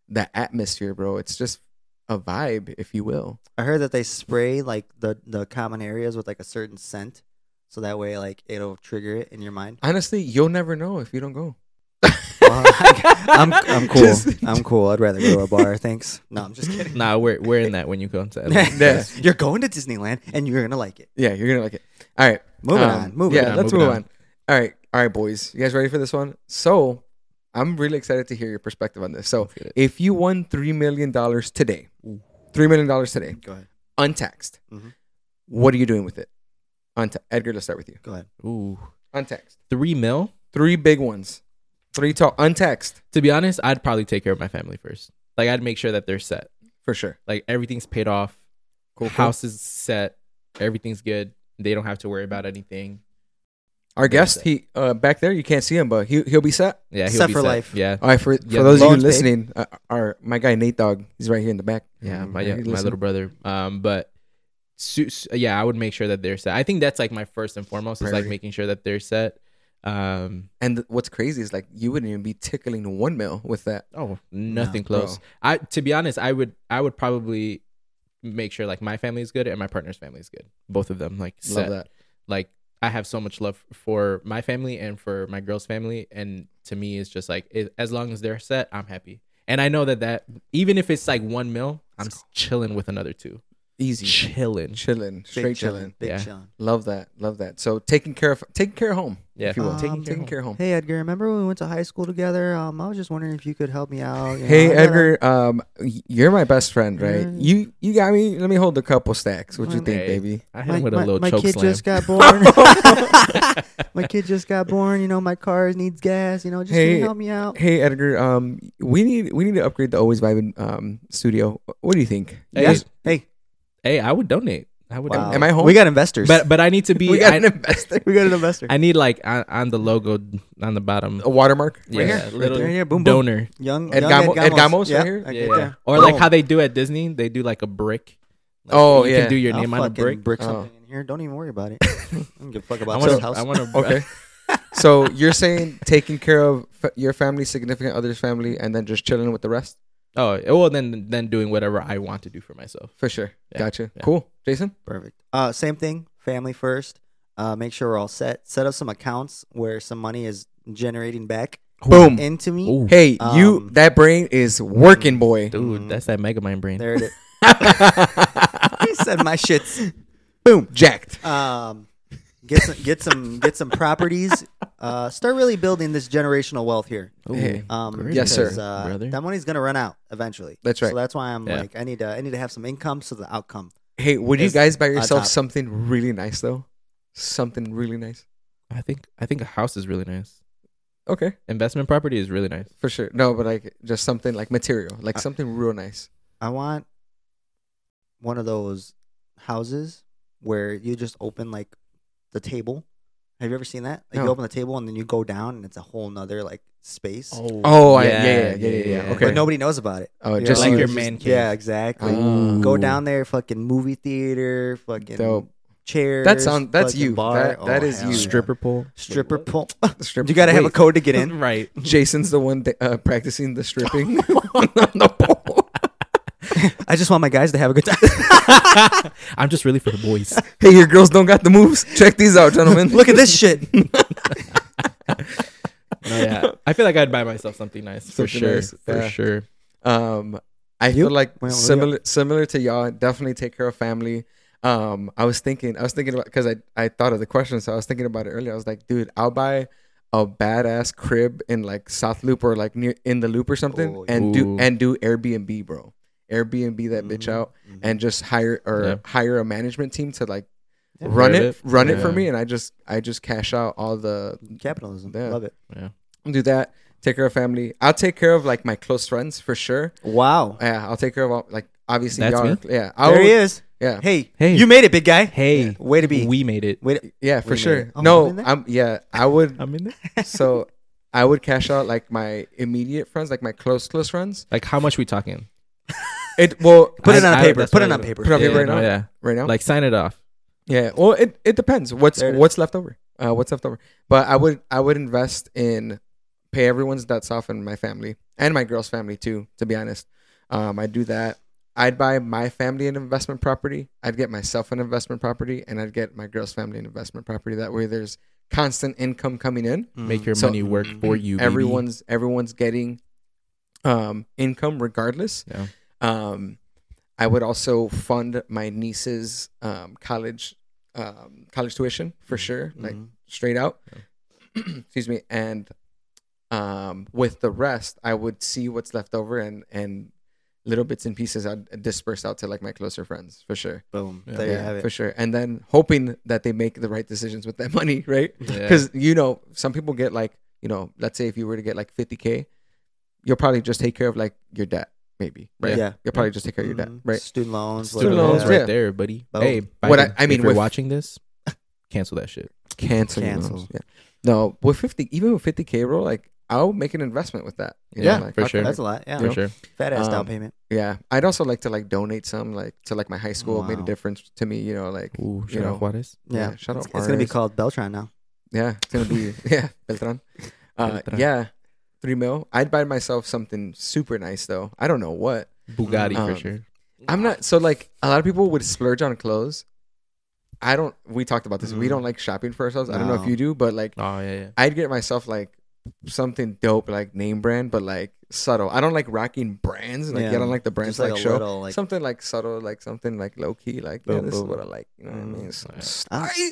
the atmosphere, bro. It's just a vibe, if you will. I heard that they spray like the the common areas with like a certain scent. So that way like it'll trigger it in your (laughs) mind. (laughs) Honestly, you'll never know if you don't go. Well, I- (laughs) I'm (laughs) (laughs) I'm cool. Just- I'm cool. I'd rather go to a bar. Thanks. (laughs) No, I'm just kidding. Nah, we're we're in that when you go to LA. (laughs) Yeah. You're going to Disneyland and you're gonna like it. Yeah, you're gonna like it. All right, Moving um, on. Moving yeah, on. let's moving move on. on. All right, all right, boys. You guys ready for this one? So, I'm really excited to hear your perspective on this. So, Let's get it. if you won three million dollars today, three million dollars today, Go ahead. untaxed. Mhm. What are you doing with it? Unta- Edgar, let's start with you. Go ahead. Ooh, Untaxed. three mil. Three big ones. Three tall. Untaxed To be honest, I'd probably take care of my family first. Like I'd make sure that they're set. for sure. Like everything's paid off. Cool. cool. House is set. Everything's good. They don't have to worry about anything. Our guest, he uh, back there. You can't see him, but he he'll be set. Yeah, he'll Set be for set. life. Yeah, All right. For Yeah, for those of you loans paid. listening, uh, our my guy Nate Dog, he's right here in the back. yeah, Mhm. my Yeah, yeah, he my listened. little brother. Um, but su- su- yeah, I would make sure that they're set. I think that's like my first and foremost is like Priority. making sure that they're set. Um, And th- what's crazy is like you wouldn't even be tickling one mil with that. oh, nothing bro. close. I to be honest, I would I would probably make sure like my family is good and my partner's family is good. Both of them like Love set. that. Like I have so much love for my family and for my girl's family, and to me, it's just like it, as long as they're set, I'm happy. And I know that that even if it's like one meal, I'm chilling with another two. Easy. Chilling. Chilling. Straight chilling. Big Yeah. chillin'. Love that. Love that. So taking care of taking care of home. Yeah. If you will. Um, taking, taking care of home. Hey Edgar, remember when we went to high school together? Um, I was just wondering if you could help me out. you know, Hey I gotta- Edgar, um, y- you're my best friend, right? Mm. You you got me. Let me hold a couple stacks. What you Well, think, Hey. baby? I hit My, him with a my- little my choke kid slam. just got born. (laughs) my kid just got born. You know, my car needs gas. You know, just can Hey, you help me out. Hey Edgar, um, we need we need to upgrade the Always Vibing um studio. What do you think? Hey, Yes? Hey, hey, I would donate. I would. wow. Donate. Am I home? We got investors. But but I need to (laughs) be. we got I, an investor. (laughs) we got an investor. I need like on, on the logo on the bottom. A watermark. (laughs) Yeah, Right a here. little Right here, boom, boom. donor. young Ed young Gamo- Ed Gamos. Gamos right Yep, here? I Yeah, get Oh. yeah. there. or like Boom. how they do at Disney, they do like a brick. Like, Oh, you yeah. can do your I'll name on a fucking brick. brick Oh. something in here. Don't even worry about (laughs) it. I don't give a fuck I about this want to. house. I (laughs) want to. Okay. so you're saying taking care of fa- your family, significant other's family, and then just chilling with the rest (laughs) Oh well, then then doing whatever I want to do for myself. for sure. Yeah, Gotcha. yeah. Cool, Jason. Perfect. Uh, same thing. Family first. Uh, make sure we're all set. Set up some accounts where some money is generating back Mm. Boom. into me. Ooh, Hey, you. Um, That brain is working, boy. dude, that's that Megamind Mm. brain. There it (laughs) is. I said my shits. (laughs) Boom. Jacked. Um, get some, get some, get some properties. Uh, start really building this generational wealth here. Ooh, Hey. Um, Yes, sir. because, Uh, brother. That money's gonna run out eventually. That's right. So that's why I'm Yeah. like, I need to, I need to have some income so the outcome. Hey, would you It's guys buy on yourself top. something really nice though? Something really nice. I think I think a house is really nice. Okay, Investment property is really nice. for sure. No, but like just something like material, Uh, like something real nice. I want one of those houses where you just open like the table. Have you ever seen that? Like No. you open the table and then you go down and it's a whole nother like space. Oh, I- yeah, yeah, yeah, yeah, yeah. Okay. But nobody knows about it. Oh, You just Oh, know, like it's your man cave. Yeah, exactly. Ooh. Go down there, fucking movie theater, fucking Dope. chairs. That sound- that's fucking Oh, you. That- that is hell you. yeah. Stripper pole. Stripper pole. (laughs) strip. you gotta have a Wait, code to get (laughs) in. (laughs) right. Jason's the one that, uh, practicing (laughs) the stripping (laughs) on the pole. I just want my guys to have a (laughs) good time. I'm just really for (laughs) the boys. Hey, your girls don't got the moves. Check these out, gentlemen. Look at (laughs) this shit. No, yeah. I feel like I'd buy myself something nice for Something sure. nice, For yeah. sure. Um, I feel like Well, what do you similar similar to y'all. Definitely take care of family. Um, I was thinking, I was thinking about because I I thought of the question, so I was thinking about it earlier. I was like, dude, I'll buy a badass crib in like South Loop or like near in the Loop or something, Oh, and Ooh. do and do Airbnb, bro. Airbnb that bitch Mhm, out and just hire or Yeah. hire a management team to like run Run it, it. run it for Yeah. me, and I just I just cash out all the Capitalism. Yeah. Love it. do that. Take care of family. I'll take care of like my close friends for sure. Wow. Yeah, I'll take care of all, like obviously That's y'all. me? are- Yeah, I there he would- is. Yeah, Hey, Hey. you made it, big guy. Hey, Way to be. we made it. Way to- yeah, for Wait a sure. minute. Oh, I'm in no, there? I'm yeah. I (laughs) would I'm in there. so I would cash out like my immediate friends, like my close close friends. Like how much we talking? It well Put I- it on I- paper. that's Put what it I- on paper. Put it on yeah, paper right no, now. yeah. right now. Like sign it off. yeah, well it it depends what's There it is. what's left over. Uh, what's left over. But I would I would invest in pay everyone's debts off in my family and my girl's family too. To be honest, um, I do that. I'd buy my family an investment property. I'd get myself an investment property, and I'd get my girl's family an investment property. That way, there's constant income coming in. Make your So- money work for you. baby. everyone's everyone's getting um, income regardless. Yeah. Um, I would also fund my niece's um, college um, college tuition for sure, like Mhm. straight out. (clears throat) Excuse me. And um, with the rest, I would see what's left over and and little bits and pieces I'd disperse out to like my closer friends for sure. Boom. Yeah. There you have for it. sure. And then hoping that they make the right decisions with that (laughs) money, right? (laughs) Yeah. because you know some people get like you know let's say if you were to get like 50k you'll probably just take care of like your debt maybe right Yeah. you'll probably just take care of your debt Mhm. right Student loans. Student Yeah. whatever. loans Yeah. right there, buddy. Oh. Hey, What I- Biden, I mean, if you're with- watching this, cancel that shit. cancel your Cancel. loans. yeah no with 50 even with 50k roll like I'll make an investment with that you know, Yeah, like, for I'll- sure. That's a lot. Yeah. For sure. Fat ass down Um, payment. yeah I'd also like to like donate some like to like my high school It made a Wow. difference to me you know like Ooh, you shout out know Juarez. Yeah. yeah, shout it's, out it's gonna be Juarez. called Beltran now. yeah it's gonna be (laughs) yeah Beltran uh Beltran. yeah three mil I'd buy myself something super nice though I don't know what Bugatti Um, for sure. I'm not so like a lot of people would splurge on clothes. I don't. We talked about this. We Mhm. don't like shopping for ourselves. I don't know if No. you do, but like, Oh yeah, yeah. I'd get myself like something dope, like name brand, but like subtle. I don't like rocking brands. Like, yeah, I Yeah. don't like the brands Just like, like a show. little, like- something like subtle, like something like low key. Like, yeah, Boom, this boom. Mm, is what I like. You know what I mean? Some (laughs) I-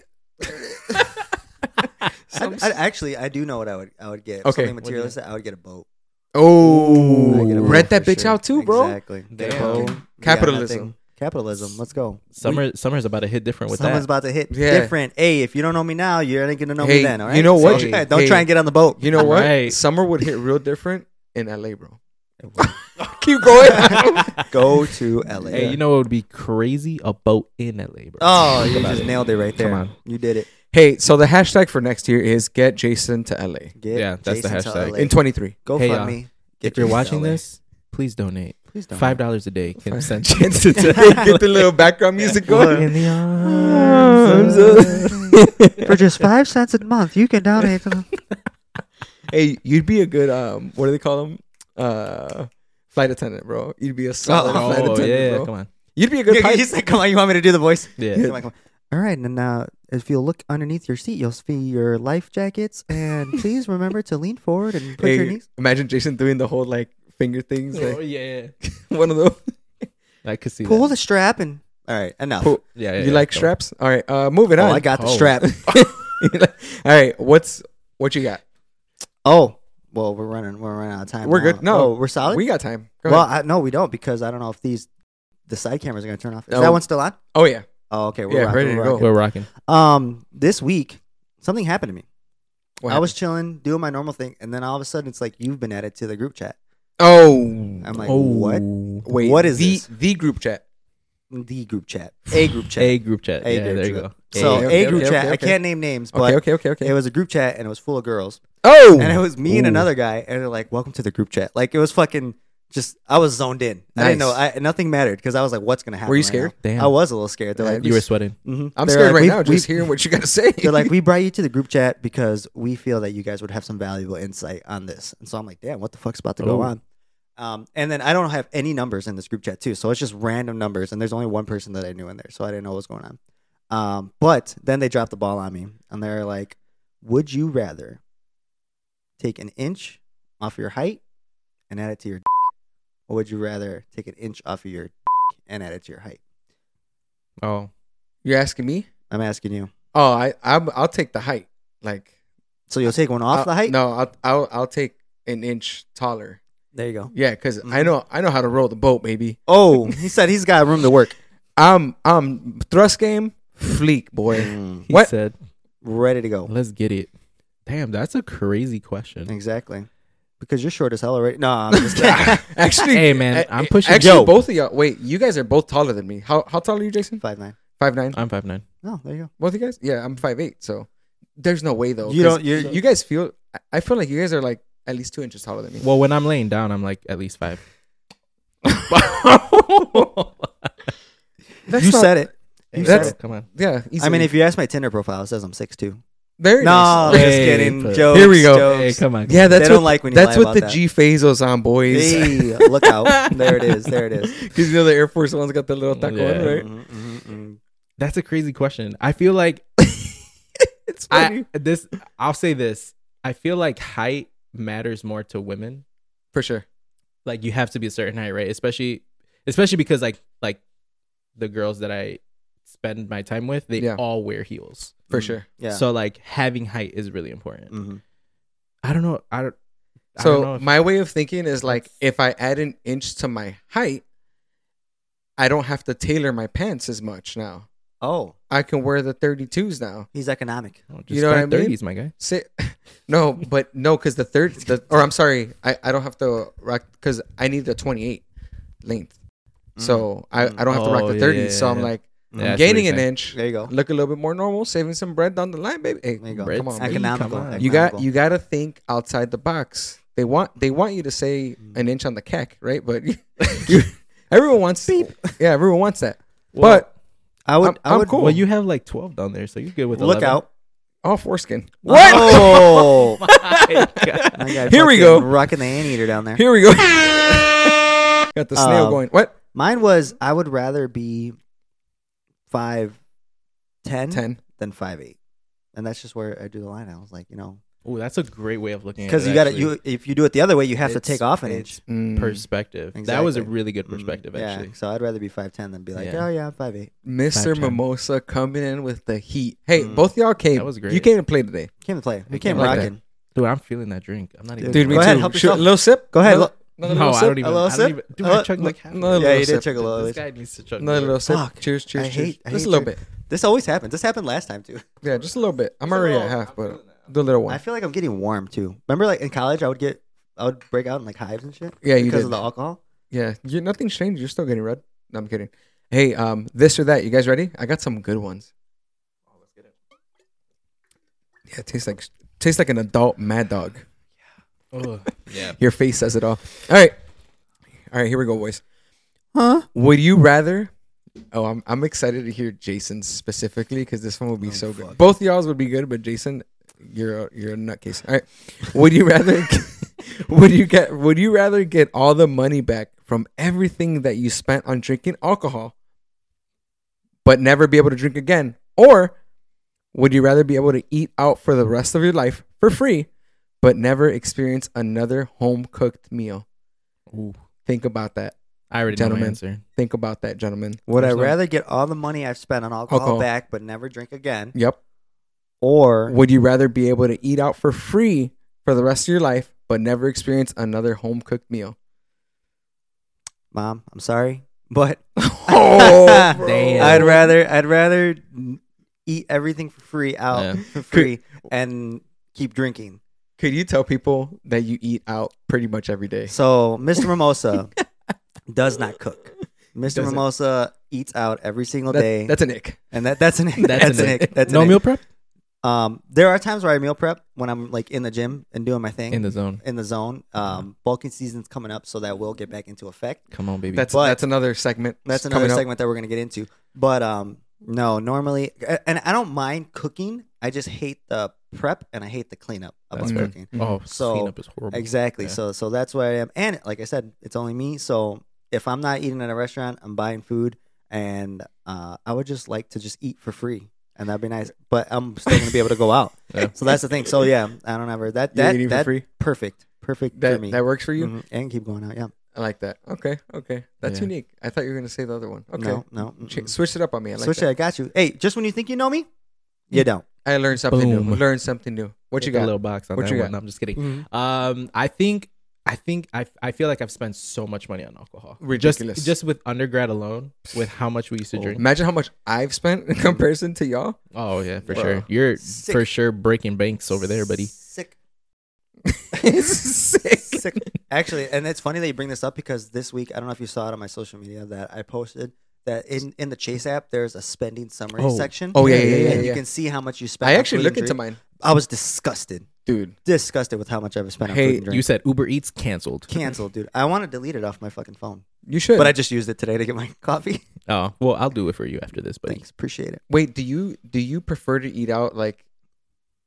slight- I, some I- actually, I do know what I would I would get. If Okay. Something What do you materialistic. I would get a boat. Oh, I get a rent boat that for bitch sure. out too, bro. Exactly. Get a Damn. boat. We Yeah, got Capitalism. nothing. Capitalism. Let's go. Summer, summer's about to hit different with Someone's that. about to hit Yeah. different. Hey, if you don't know me now, you ain't gonna know Hey, me then. All you right. know what? So, Hey, don't hey. try and get on the boat. You know what? Right. Summer would hit real different in LA, bro. Keep (laughs) (laughs) going. Go to LA. Hey, you know what would be crazy? A boat in LA, bro. Oh, Think you about just it. nailed it right there. Come on. You did it. hey, so the hashtag for next year is get Jason to LA Get Yeah, that's the Jason to hashtag. LA. in 23. Go Hey, fund uh, me. If you're Jason to watching LA. this, please donate. please don't. (laughs) Five dollars a day can send you (laughs) Get (laughs) the little background (laughs) music going. in the arms. of- For just five cents a month, you can donate to them. Hey, you'd be a good um, what do they call them? Uh, flight attendant, bro. You'd be a solid flight Oh attendant, yeah, bro. come on. You'd be a good pilot. (laughs) He said, "Come on, you want me to do the (laughs) voice?" Yeah. Come on, come on. All right, and now if you look underneath your seat, you'll see your life jackets, (laughs) and please remember to lean forward and put your Hey, knees. imagine Jason doing the whole like finger things, Oh like (laughs) yeah. one of those. I could see that. Pull the strap and. All right, enough. Pull- Yeah, yeah, you yeah, like come on. straps? All right, uh, moving Oh, on. I got the Oh. (laughs) strap. (laughs) All right, what's what you got? Oh, well, we're running. We're running out of time. We're now. good. No, oh, we're solid. We got time. Go well, ahead. I, no, we don't because I don't know if these the side cameras are going to turn off. Is No. that one still on? Oh yeah. Oh, okay. We're Yeah, rocking, ready to we're go. rocking. We're rocking. Um, this week something happened to me. What I was chilling, doing my normal thing, and then all of a sudden it's like you've been added to the group chat. happened? Oh. I'm like, oh, what? Wait. what is the this? the group chat? The group chat, a group chat, A group chat. A yeah, group there you chat. go. So Okay, a group okay, chat. okay, I okay. can't name names, but Okay. Okay. Okay. Okay. it was a group chat and it was full of girls, oh. and it was me and Ooh. another guy, and they're like, "Welcome to the group chat." Like it was fucking just. I was zoned in. I didn't know. I, Nice. nothing mattered because I was like, "What's gonna happen?" Were you right scared? now?" Damn. I was a little scared. They're Yeah, like, You were sweating. Mhm. I'm They're scared like, right "We've- now we've- just hearing what you gotta say. (laughs) They're like, we brought you to the group chat because we feel that you guys would have some valuable insight on this. And so I'm like, damn, what the fuck's about to go Oh. on? Um, and then I don't have any numbers in this group chat too, so it's just random numbers. And there's only one person that I knew in there, so I didn't know what was going on. Um, but then they dropped the ball on me, and they're like, "Would you rather take an inch off your height and add it to your, dick, or would you rather take an inch off of your dick and add it to your height?" Oh, You're asking me? I'm asking you. Oh, I I'm, I'll take the height. Like So you'll take one off I'll- the height. uh, No, I'll I'll I'll take an inch taller. There you go. Yeah, because I Mm-hmm. know I know how to roll the boat, baby. Oh, he said he's got room to work. (laughs) I'm I'm thrust game fleek (laughs) boy. (laughs) he What? said, ready to go. "Let's get it." Damn, that's a crazy question. Exactly. Because you're short as hell already. No, I'm (laughs) just kidding. Actually, Hey, man, a- I'm pushing- Actually, Yo. both of y'all. Wait, you guys are both taller than me. How how tall are you, Jason? Five nine. Five nine. I'm five nine. No, there you go. Both of you guys? Yeah, I'm five eight. So there's no way though. You 'cause don't- you're- You guys feel? I- I feel like you guys are like at least two inches taller than me. Well, when I'm laying down, I'm like at (laughs) least five. (laughs) That's you not- said it. You That's- said it. come on. Yeah. I mean, easily. if you ask my Tinder profile, it says I'm six two. Very No, nice. Hey, just kidding. but- Jokes, Here we go. Hey, Jokes. come on. Yeah, that's They don't what, like when you That's lie what about the that. G Fazos on, boys. (laughs) Hey, look out. There it is. There it is. Because you know the Air Force One's got the little taco on, Yeah. right? Mhm, mhm, mm-hmm. mhm. That's a crazy question. I feel like (laughs) It's funny. I this. I'll say this. I feel like height matters more to women. For sure. Like you have to be a certain height, right? Especially, especially because like like the girls that I spend my time with, they Yeah. all wear heels. For Mm. sure. Yeah. So like having height is really important. Mhm. I don't know. I don't. I don't know So if- my way of thinking is like if I add an inch to my height, I don't have to tailor my pants as much now. Oh, I can wear the 32s now. he's economic. Oh, just you know what I start mean? 30s, my guy. Say, (laughs) no, but no, because the third, the, or I'm sorry, I, I don't have to rock because I need the 28 length, so I, I don't have to rock Oh, the yeah, 30. yeah, so I'm yeah. like, Yeah, I'm that's what gaining he's an saying. inch, There you go. look a little bit more normal, saving some bread down the line, baby. Hey, There you go. Bread come on, Hey, come economical. on. you got economical. you got to think outside the box. They want they want you to say Mm. an inch on the kek, right? But (laughs) you, everyone wants yeah, everyone wants that. Well, but I would. I'm- i I'm would cool. Well, you have like 12 down there, so you're good with look 11. (laughs) out. all foreskin. What? Oh, out. (laughs) My guy Here we fucking go. Rocking the anteater down (laughs) there. Here we go. (laughs) got the snail Um, going. What? Mine was I would rather be five ten, Ten. then five eight, and that's just where I do the line. I was like, you know, Oh, that's a great way of looking at it. because you got to actually. you if you do it the other way, you have to It's- take off an it's inch. Mm. Perspective. That was a Exactly. really good Mm, perspective, Yeah, actually. so I'd rather be five ten than be like, Yeah. oh yeah, I'm five eight. Mr. Snapchat. Mimosa coming in with the heat. Hey, Mm. both y'all came. That was great. You came to play today, Came to play. We came I came like rocking. Dude, I'm feeling that drink. I'm not even. dude. Go Me gonna lie. ahead, too. help Shoot, yourself. little sip. Go ahead. Another- lo- another No, little I sip? don't even. A little I don't sip? even. Dude, I Uh, chugged like half. of no, it. little yeah, you did sip. check a little. This guy needs to chug. Another more. little sip. Fuck. Cheers, cheers, I cheers. hate- I just hate a little drink. bit. This always happens. This happened last time too. Yeah, just a little bit. I'm already at half, but the little one. I feel like I'm getting warm too. Remember, like in college, I would get, I would break out in like hives and shit. Yeah, you because of did. the alcohol. Yeah, you nothing's changed. You're still getting red. No, I'm kidding. Hey, um, this or that. You guys ready? I got some good ones. Yeah, it tastes like tastes like an adult Mad Dog. Ugh. Yeah. Your face says it all. All right, all right. Here we go, boys. Huh? Would you rather? Oh, I'm I'm excited to hear Jason specifically because this one would be so good. Both y'all's would be good, but Jason, you're a, you're a nutcase. All right. Would you rather? (laughs) would you get? Would you rather get all the money back from everything that you spent on drinking alcohol, but never be able to drink again, or would you rather be able to eat out for the rest of your life for free, but never experience another home cooked meal? Ooh. Think about that. I already know my Gentlemen. answer. Think about that, gentlemen. Would I There's no- rather get all the money I've spent on alcohol, Alcohol. back but never drink again, Yep. or Would you rather be able to eat out for free for the rest of your life, but never experience another home cooked meal? mom? I'm sorry, but (laughs) Oh, bro. I'd rather, I'd rather eat everything for free out Yeah. for free and keep drinking. Could you tell people that you eat out pretty much every day? So Mr. Mimosa does not cook. mister Doesn't. Mimosa eats out every single That- day, That's a nick. and that that's an that's, That's an an ick. That's an No ick. meal prep Um, there are times where I meal prep when I'm like in the gym and doing my thing in the zone. in the zone. Um, bulking season's coming up, so that will get back into effect. Come on, baby. That's But- that's another segment. That's another coming up. segment that we're gonna get into. But um, no, normally, and I don't mind cooking. I just hate the prep and I hate the cleanup about That's Mm-hmm. fair. cooking. oh, So, cleanup is horrible. Exactly. Yeah. So so that's where I am. And like I said, it's only me. So if I'm not eating at a restaurant, I'm buying food, and uh, I would just like to just eat for free, and that'd be nice. But I'm still gonna be able to go out. Yeah. (laughs) So that's the thing. So yeah, I don't ever that You're that eating for that free? perfect perfect for That me. Mm-hmm. that works for you. Mhm. and keep going out. Yeah. I like that. Okay, okay, that's Yeah. unique. I thought you were gonna say the other one. Okay, No. No. Ch- mm-mm. switch it up on me. I like Switch it. that. Mm. I got you. Hey, just when you think you know me, you don't. I learned something new. Boom. Learned something new. What Hit you the got? little box on What that you one. got? I'm just kidding. Mm-hmm. Um, I think, I think, I, I feel like I've spent so much money on alcohol. Ridiculous. Oh, Just, just with undergrad alone, with how much we used to drink. Imagine how much I've spent in (laughs) comparison to y'all. (laughs) Oh yeah, for Bro. sure. You're Sick. for sure breaking banks over there, buddy. Sick. it's sick. Sick. Actually, and it's funny that you bring this up because this week I don't know if you saw it on my social media that I posted that in in the Chase app there's a spending summary Oh. section. Oh, yeah, yeah, yeah, And yeah. you can see how much you spent. I on actually food and look into mine, drink. I was disgusted, dude. disgusted with how much I've spent on Hey, food and drink. You said Uber Eats canceled. Canceled, dude. I want to delete it off my fucking phone, You should. but I just used it today to get my (laughs) coffee. Oh well, I'll do it for you after this, buddy. Thanks, appreciate it. wait. Do you do you prefer to eat out like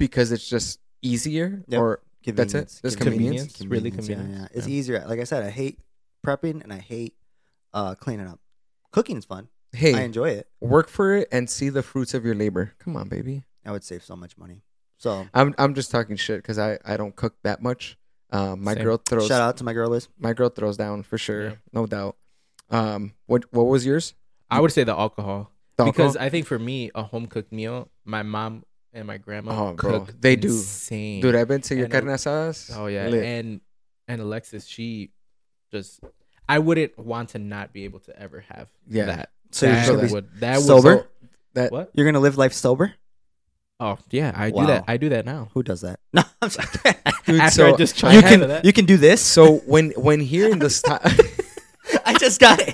because it's just easier, Yep. or That's it? Convenience. Just convenience? It's really Yeah, yeah. convenience. It's Yeah. easier. Like I said, I hate prepping and I hate uh, cleaning up. Cooking's fun. hey, I enjoy it. work for it and see the fruits of your labor? Come on, baby. I would save so much money. So I'm I'm just talking shit because I I don't cook that much. Um, my Same. girl throws shout out to my girl Liz. my girl throws down for sure, Yeah. no doubt. Um, what what was yours? I would say the alcohol The because alcohol? I think for me, a home cooked meal, my mom and my grandma Oh, bro, cook. they do. insane. dude, I've been to your and I- carne asadas. Oh yeah, lit. and and Alexis, she just I wouldn't want to not be able to ever have Yeah. that. So you're Uh, that just gonna be would that would- sober? that what? You're gonna live life sober? Oh yeah, I Wow. do that. I do that now. Who does that? (laughs) No, I'm sorry. (laughs) Dude, After so I just tried you half of can that. you can do this. (laughs) so when when hearing this time (laughs) I just got it.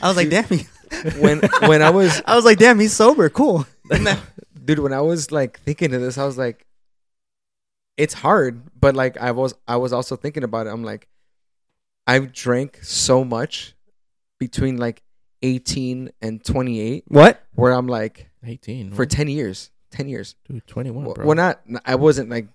I was like, damn, he, when when (laughs) I was I was like, damn, he's sober. (laughs) Cool. (laughs) And then- (laughs) dude when I was like thinking of this, I was like, it's hard, but like I was I was also thinking about it. I'm like, I've drank so much between like 18 and 28, what? where I'm like Eighteen for 10 years, 10 years. dude, twenty one, Well, Mm-hmm. bro. well, not I wasn't like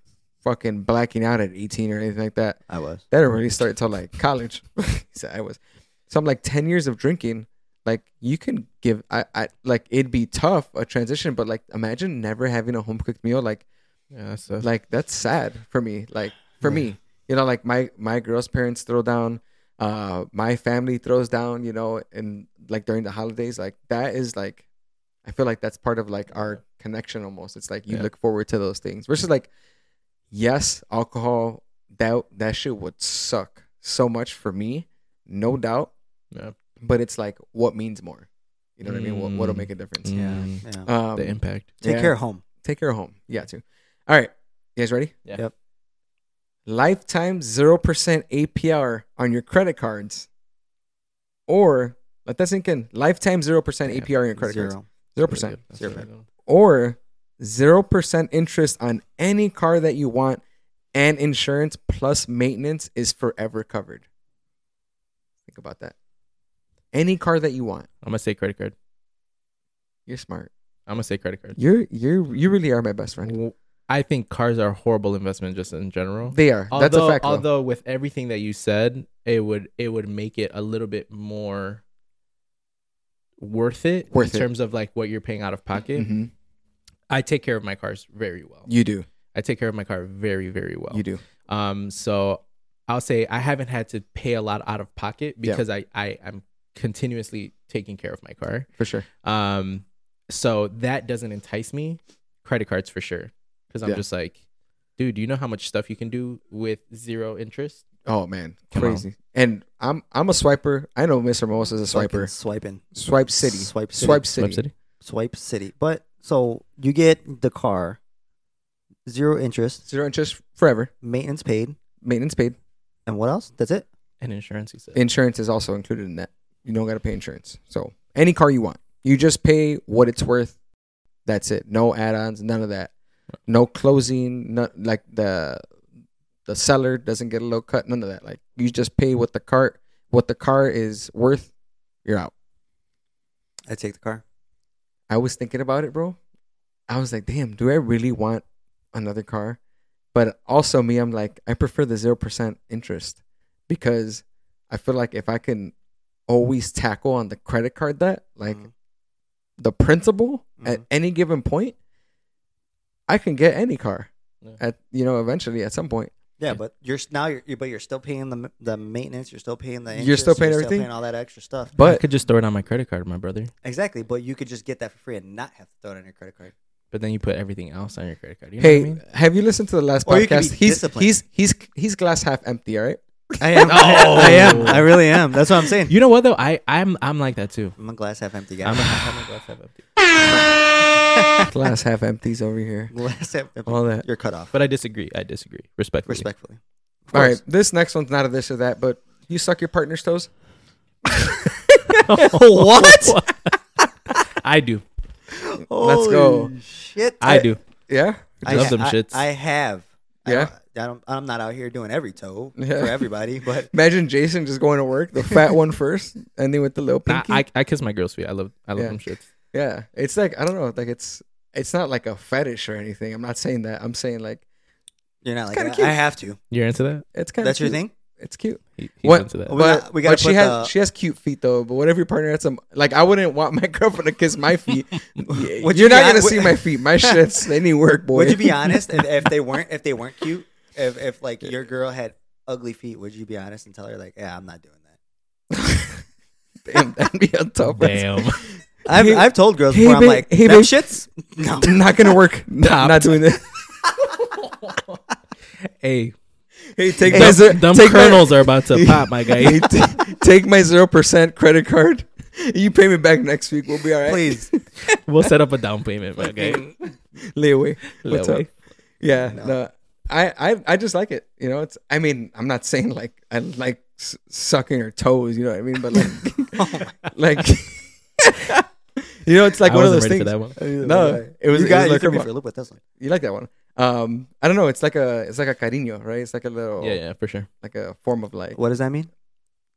fucking blacking out at 18 or anything like that. I was. (laughs) That didn't really start till like college. so I was, so I'm like 10 years of drinking. like you can give I, I like it'd be tough a transition but like imagine never having a home cooked meal like Yeah, that's tough. like that's sad for me like for Yeah. me you know like my my girl's parents throw down uh my family throws down you know and like during the holidays like that is like i feel like that's part of like our connection almost it's like you Yeah. look forward to those things versus like yes alcohol that that shit would suck so much for me no doubt Mm. Yeah. but it's like what means more you know what i mean what, what'll Mm. make a difference Mm, Yeah. um the impact. Take yeah. care of home. take care of home yeah too all right you guys ready Yeah. Yep. lifetime 0% APR on your credit cards. Or let that sink in. Lifetime 0% Yeah, APR on your credit Zero. cards. 0%. That's Zero. really good. Or 0% interest on any car that you want and insurance plus maintenance is forever covered. Think about that. Any car that you want. I'm gonna say credit card. You're smart. I'm gonna say credit card. You're you're you really are my best friend. W- I think cars are a horrible investment just in general. They are. although, That's a fact. though. although with everything that you said, it would it would make it a little bit more worth it Worth it. in terms of like what you're paying out of pocket. Mhm. I take care of my cars very well. You do. I take care of my car very very well. You do. Um, so I'll say I haven't had to pay a lot out of pocket Yeah. because I I am continuously taking care of my car. For sure. Um, so that doesn't entice me. Credit cards for sure, because I'm Yeah. just like, dude, you know how much stuff you can do with zero interest? Oh man, Come on. crazy! And I'm I'm a swiper. I know Mr. Mimosa is a Fucking swiper. Swiping. Swipe city. Swipe city. Swipe city. Web City? Swipe city. But so you get the car, zero interest, Zero interest forever. maintenance paid, Maintenance paid. and what else? That's it. and insurance. You said. Insurance is also included in that. You don't got to pay insurance. So any car you want, you just pay what it's worth. That's it. No add-ons. None of that. No closing. No, like the the seller doesn't get a low cut. None of that. Like you just pay what the car what the car is worth. You're out. I take the car. I was thinking about it, bro. I was like, damn, do I really want another car? But also me, I'm like, I prefer the zero percent interest because I feel like if I can always tackle on the credit card debt, like Mhm. the principal at Mhm. any given point, I can get any car. Yeah. At you know, eventually at some point. Yeah, but you're s- now you're, you're but you're still paying the m- the maintenance. You're still paying the interest. You're still paying everything? all that extra stuff. I But could just throw it on my credit card, my brother. Exactly, but you could just get that for free and not have to throw it on your credit card. But then you put everything else on your credit card. You know hey, what I mean? have you listened to the last Or you can be podcast? He's disciplined. he's he's he's glass half empty, all right? (laughs) I am. I am. I really am. That's what I'm saying. you know what though? I I'm I'm like that too. I'm a glass half empty guy. I'm a, I'm a glass half empty. glass half empties over here. (laughs) glass half empty. All that. You're cut (laughs) off. But I disagree. I disagree. (laughs) Respectfully. (laughs) respectfully. Of All right, course. this next one's not a this or that, but you suck your partner's toes. what? (laughs) I do. Let's go. Holy Shit. I do. Yeah, I Love them I- shits. I have. I Yeah? don't- I don't. I'm not out here doing every toe Yeah. (laughs) for everybody, but imagine Jason just going to work, the fat (laughs) one first, ending with the little I, pinky. I I kiss my girl's feet. I love I love Yeah. them shits. yeah, it's like I don't know, like it's it's not like a fetish or anything. I'm not saying that. I'm saying like you're not like kinda that. cute. I have to. You're into that? it's kind of That's your thing. It's cute. He, he's What- Oh, into that. We but got- we gotta but she put has the- she has cute feet though. But whatever your partner had some like I wouldn't want my (laughs) girlfriend to kiss my feet. Y- (laughs) Would you You're be not hon- gonna would- see my feet. (laughs) My shits they need work, boy. (laughs) Would you be honest if, if they weren't if they weren't cute? If if like your girl had ugly feet, would you be honest and tell her like, yeah, I'm not doing that? Damn, that'd be a tough. one. Damn. I've Hey- I've told girls hey, before. I'm babe- like, hey, them babe." shits. (laughs) No, (laughs) not gonna work. Not, not doing this. (laughs) hey, Hey, take Hey, my dumb- zero, dumb take kernels my, are about (laughs) to pop, my guy. Hey, t- take my zero percent credit card. (laughs) You pay me back next week. We'll be all right. (laughs) (laughs) please. We'll set up a down payment, my guy. layaway. What's Layaway. up? Yeah, No. no. I, I I just like it. You know, it's. I mean, I'm not saying like I like s- sucking her toes. You know what I mean? But like, (laughs) like, you know, it's like I one of wasn't those ready things. for that (laughs) one. No, it was. You it got was you like threw her me mo- for a loop with this one. you like that one? Um, I don't know. It's like a it's like a cariño, right? It's like a little Yeah, yeah, for sure. like a form of like What does that mean?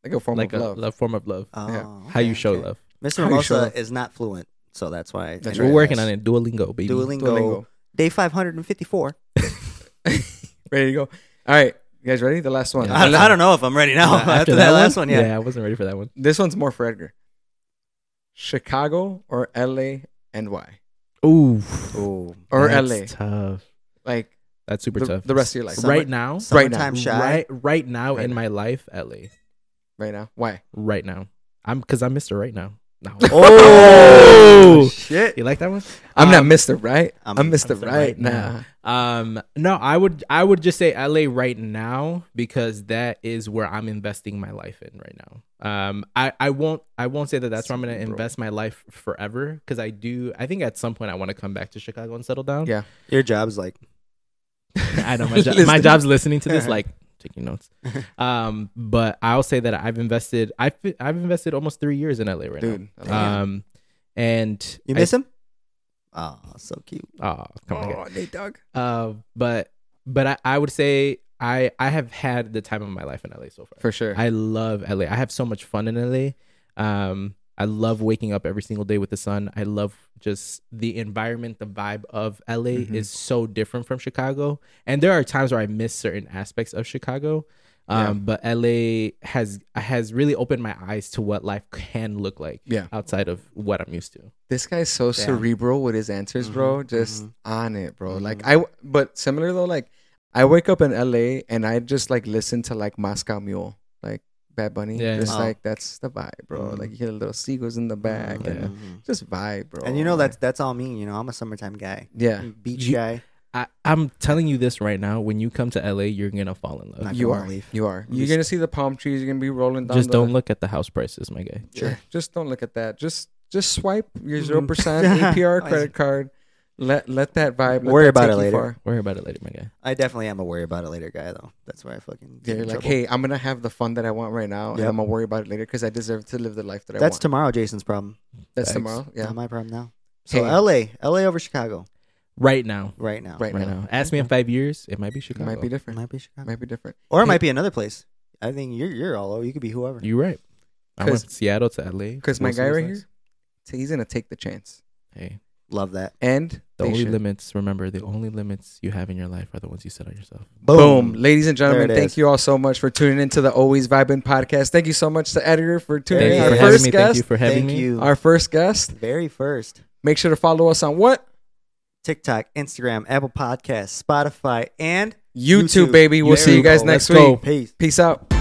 like a form like of a love. love, form of love. Oh, How you okay, show okay. love. Mr. How you show Mimosa love. is not fluent, so that's why. I That's right. know We're that. working on it. Duolingo, baby. Duolingo, Duolingo. day 554. Ready to go. All right, you guys ready? The last one. Yeah. Oh, I, I don't know if I'm ready now. Uh, after, that, last one, yeah. I wasn't ready for that one. This one's more for Edgar. Chicago or LA and why? Ooh. Ooh. Or that's LA. Tough. Like That's super the, tough. the rest of your life. Summer- right now, right now. summertime shy. right, right now Right in now. my life, LA. Right now. Why? Right now, I'm because I'm Mr. Right now. (laughs) No. Oh shit! you like that one? I'm Um, not Mr. Right. I'm- I'm, Mr. I'm Mr. Right, Right now. now. Um, no, I would I would just say LA right now because that is where I'm investing my life in right now. Um, I I won't I won't say that that's where I'm gonna Bro. invest my life forever because I do I think at some point I want to come back to Chicago and settle down. Yeah. Your job's like I (laughs) know my, jo- my Listening. job's listening (laughs) to this, like taking notes. Um, but I'll say that I've invested I've I've invested almost three years in LA right Dude. I now. love Um, and you I- miss him. Oh, so cute. Aw, come on. it. guys. oh, Nate Dogg. Uh, but but I, I would say I I have had the time of my life in LA so far. For sure. I love LA. I have so much fun in LA. Um, I love waking up every single day with the sun. I love just the environment, the vibe of LA Mhm. is so different from Chicago. And there are times where I miss certain aspects of Chicago. Um, but LA has has really opened my eyes to what life can look like Yeah. outside of what I'm used to. this guy's so Damn. cerebral with his answers, bro. Mhm, Just mhm. on it, bro. Like Mhm. I, w- but similar though. Like I wake up in LA and I just like listen to like Moscow Mule, like Bad Bunny. Yeah. Just Oh. like that's the vibe, bro. Mm-hmm. Like you get a little seagulls in the back Mm-hmm. Mhm. and just vibe, bro. And you know Like, that's Mm, that's all me. You know I'm a summertime guy, yeah. beach You- guy. I, I'm telling you this right now. When you come to LA, you're gonna fall in love. Not You gonna are. leave. You are. I'm You're just- gonna see the palm trees. You're gonna be rolling down. Just the- don't look at the house prices, my guy. Sure. Just don't look at that. Just just swipe your Mhm. zero (laughs) percent APR I see. credit card. Let let that vibe. Let Worry that about take it you later. far. Worry about it later, my guy. I definitely am a worry about it later guy though. That's where I fucking. Yeah, get you're in like, trouble. hey, I'm gonna have the fun that I want right now, and Yep. I'm gonna worry about it later because I deserve to live the life that I That's want. tomorrow, Jason's problem. That's Facts. tomorrow. Yeah, Not my problem now. So Hey. L.A. L.A. over Chicago Right now, right now. Right right, now. Ask me in five years, it might be it Chicago. might be It different. might be Chicago, Might be different. or it Hey. might be another place. I think you're you're all over. You could be whoever. You're right. I went Cause- from Seattle to LA Because my Most of guy those right nights. here, t- he's gonna take the chance. Hey, Love that. And they the only should. limits. Remember, the only limits you have in your life are the ones you set on yourself. Boom. Ladies and gentlemen, it thank is. you all so much for tuning into the Always Vibin podcast. Thank you so much to Edgar for tuning Thank in. you Our for having first me. Thank guest. you for having Thank me. you. Our first guest. Very first. Make sure to follow us on what TikTok, Instagram, Apple Podcasts, Spotify, and YouTube, YouTube. baby. We'll see you YouTube. guys next Let's go. week. Peace. Peace out.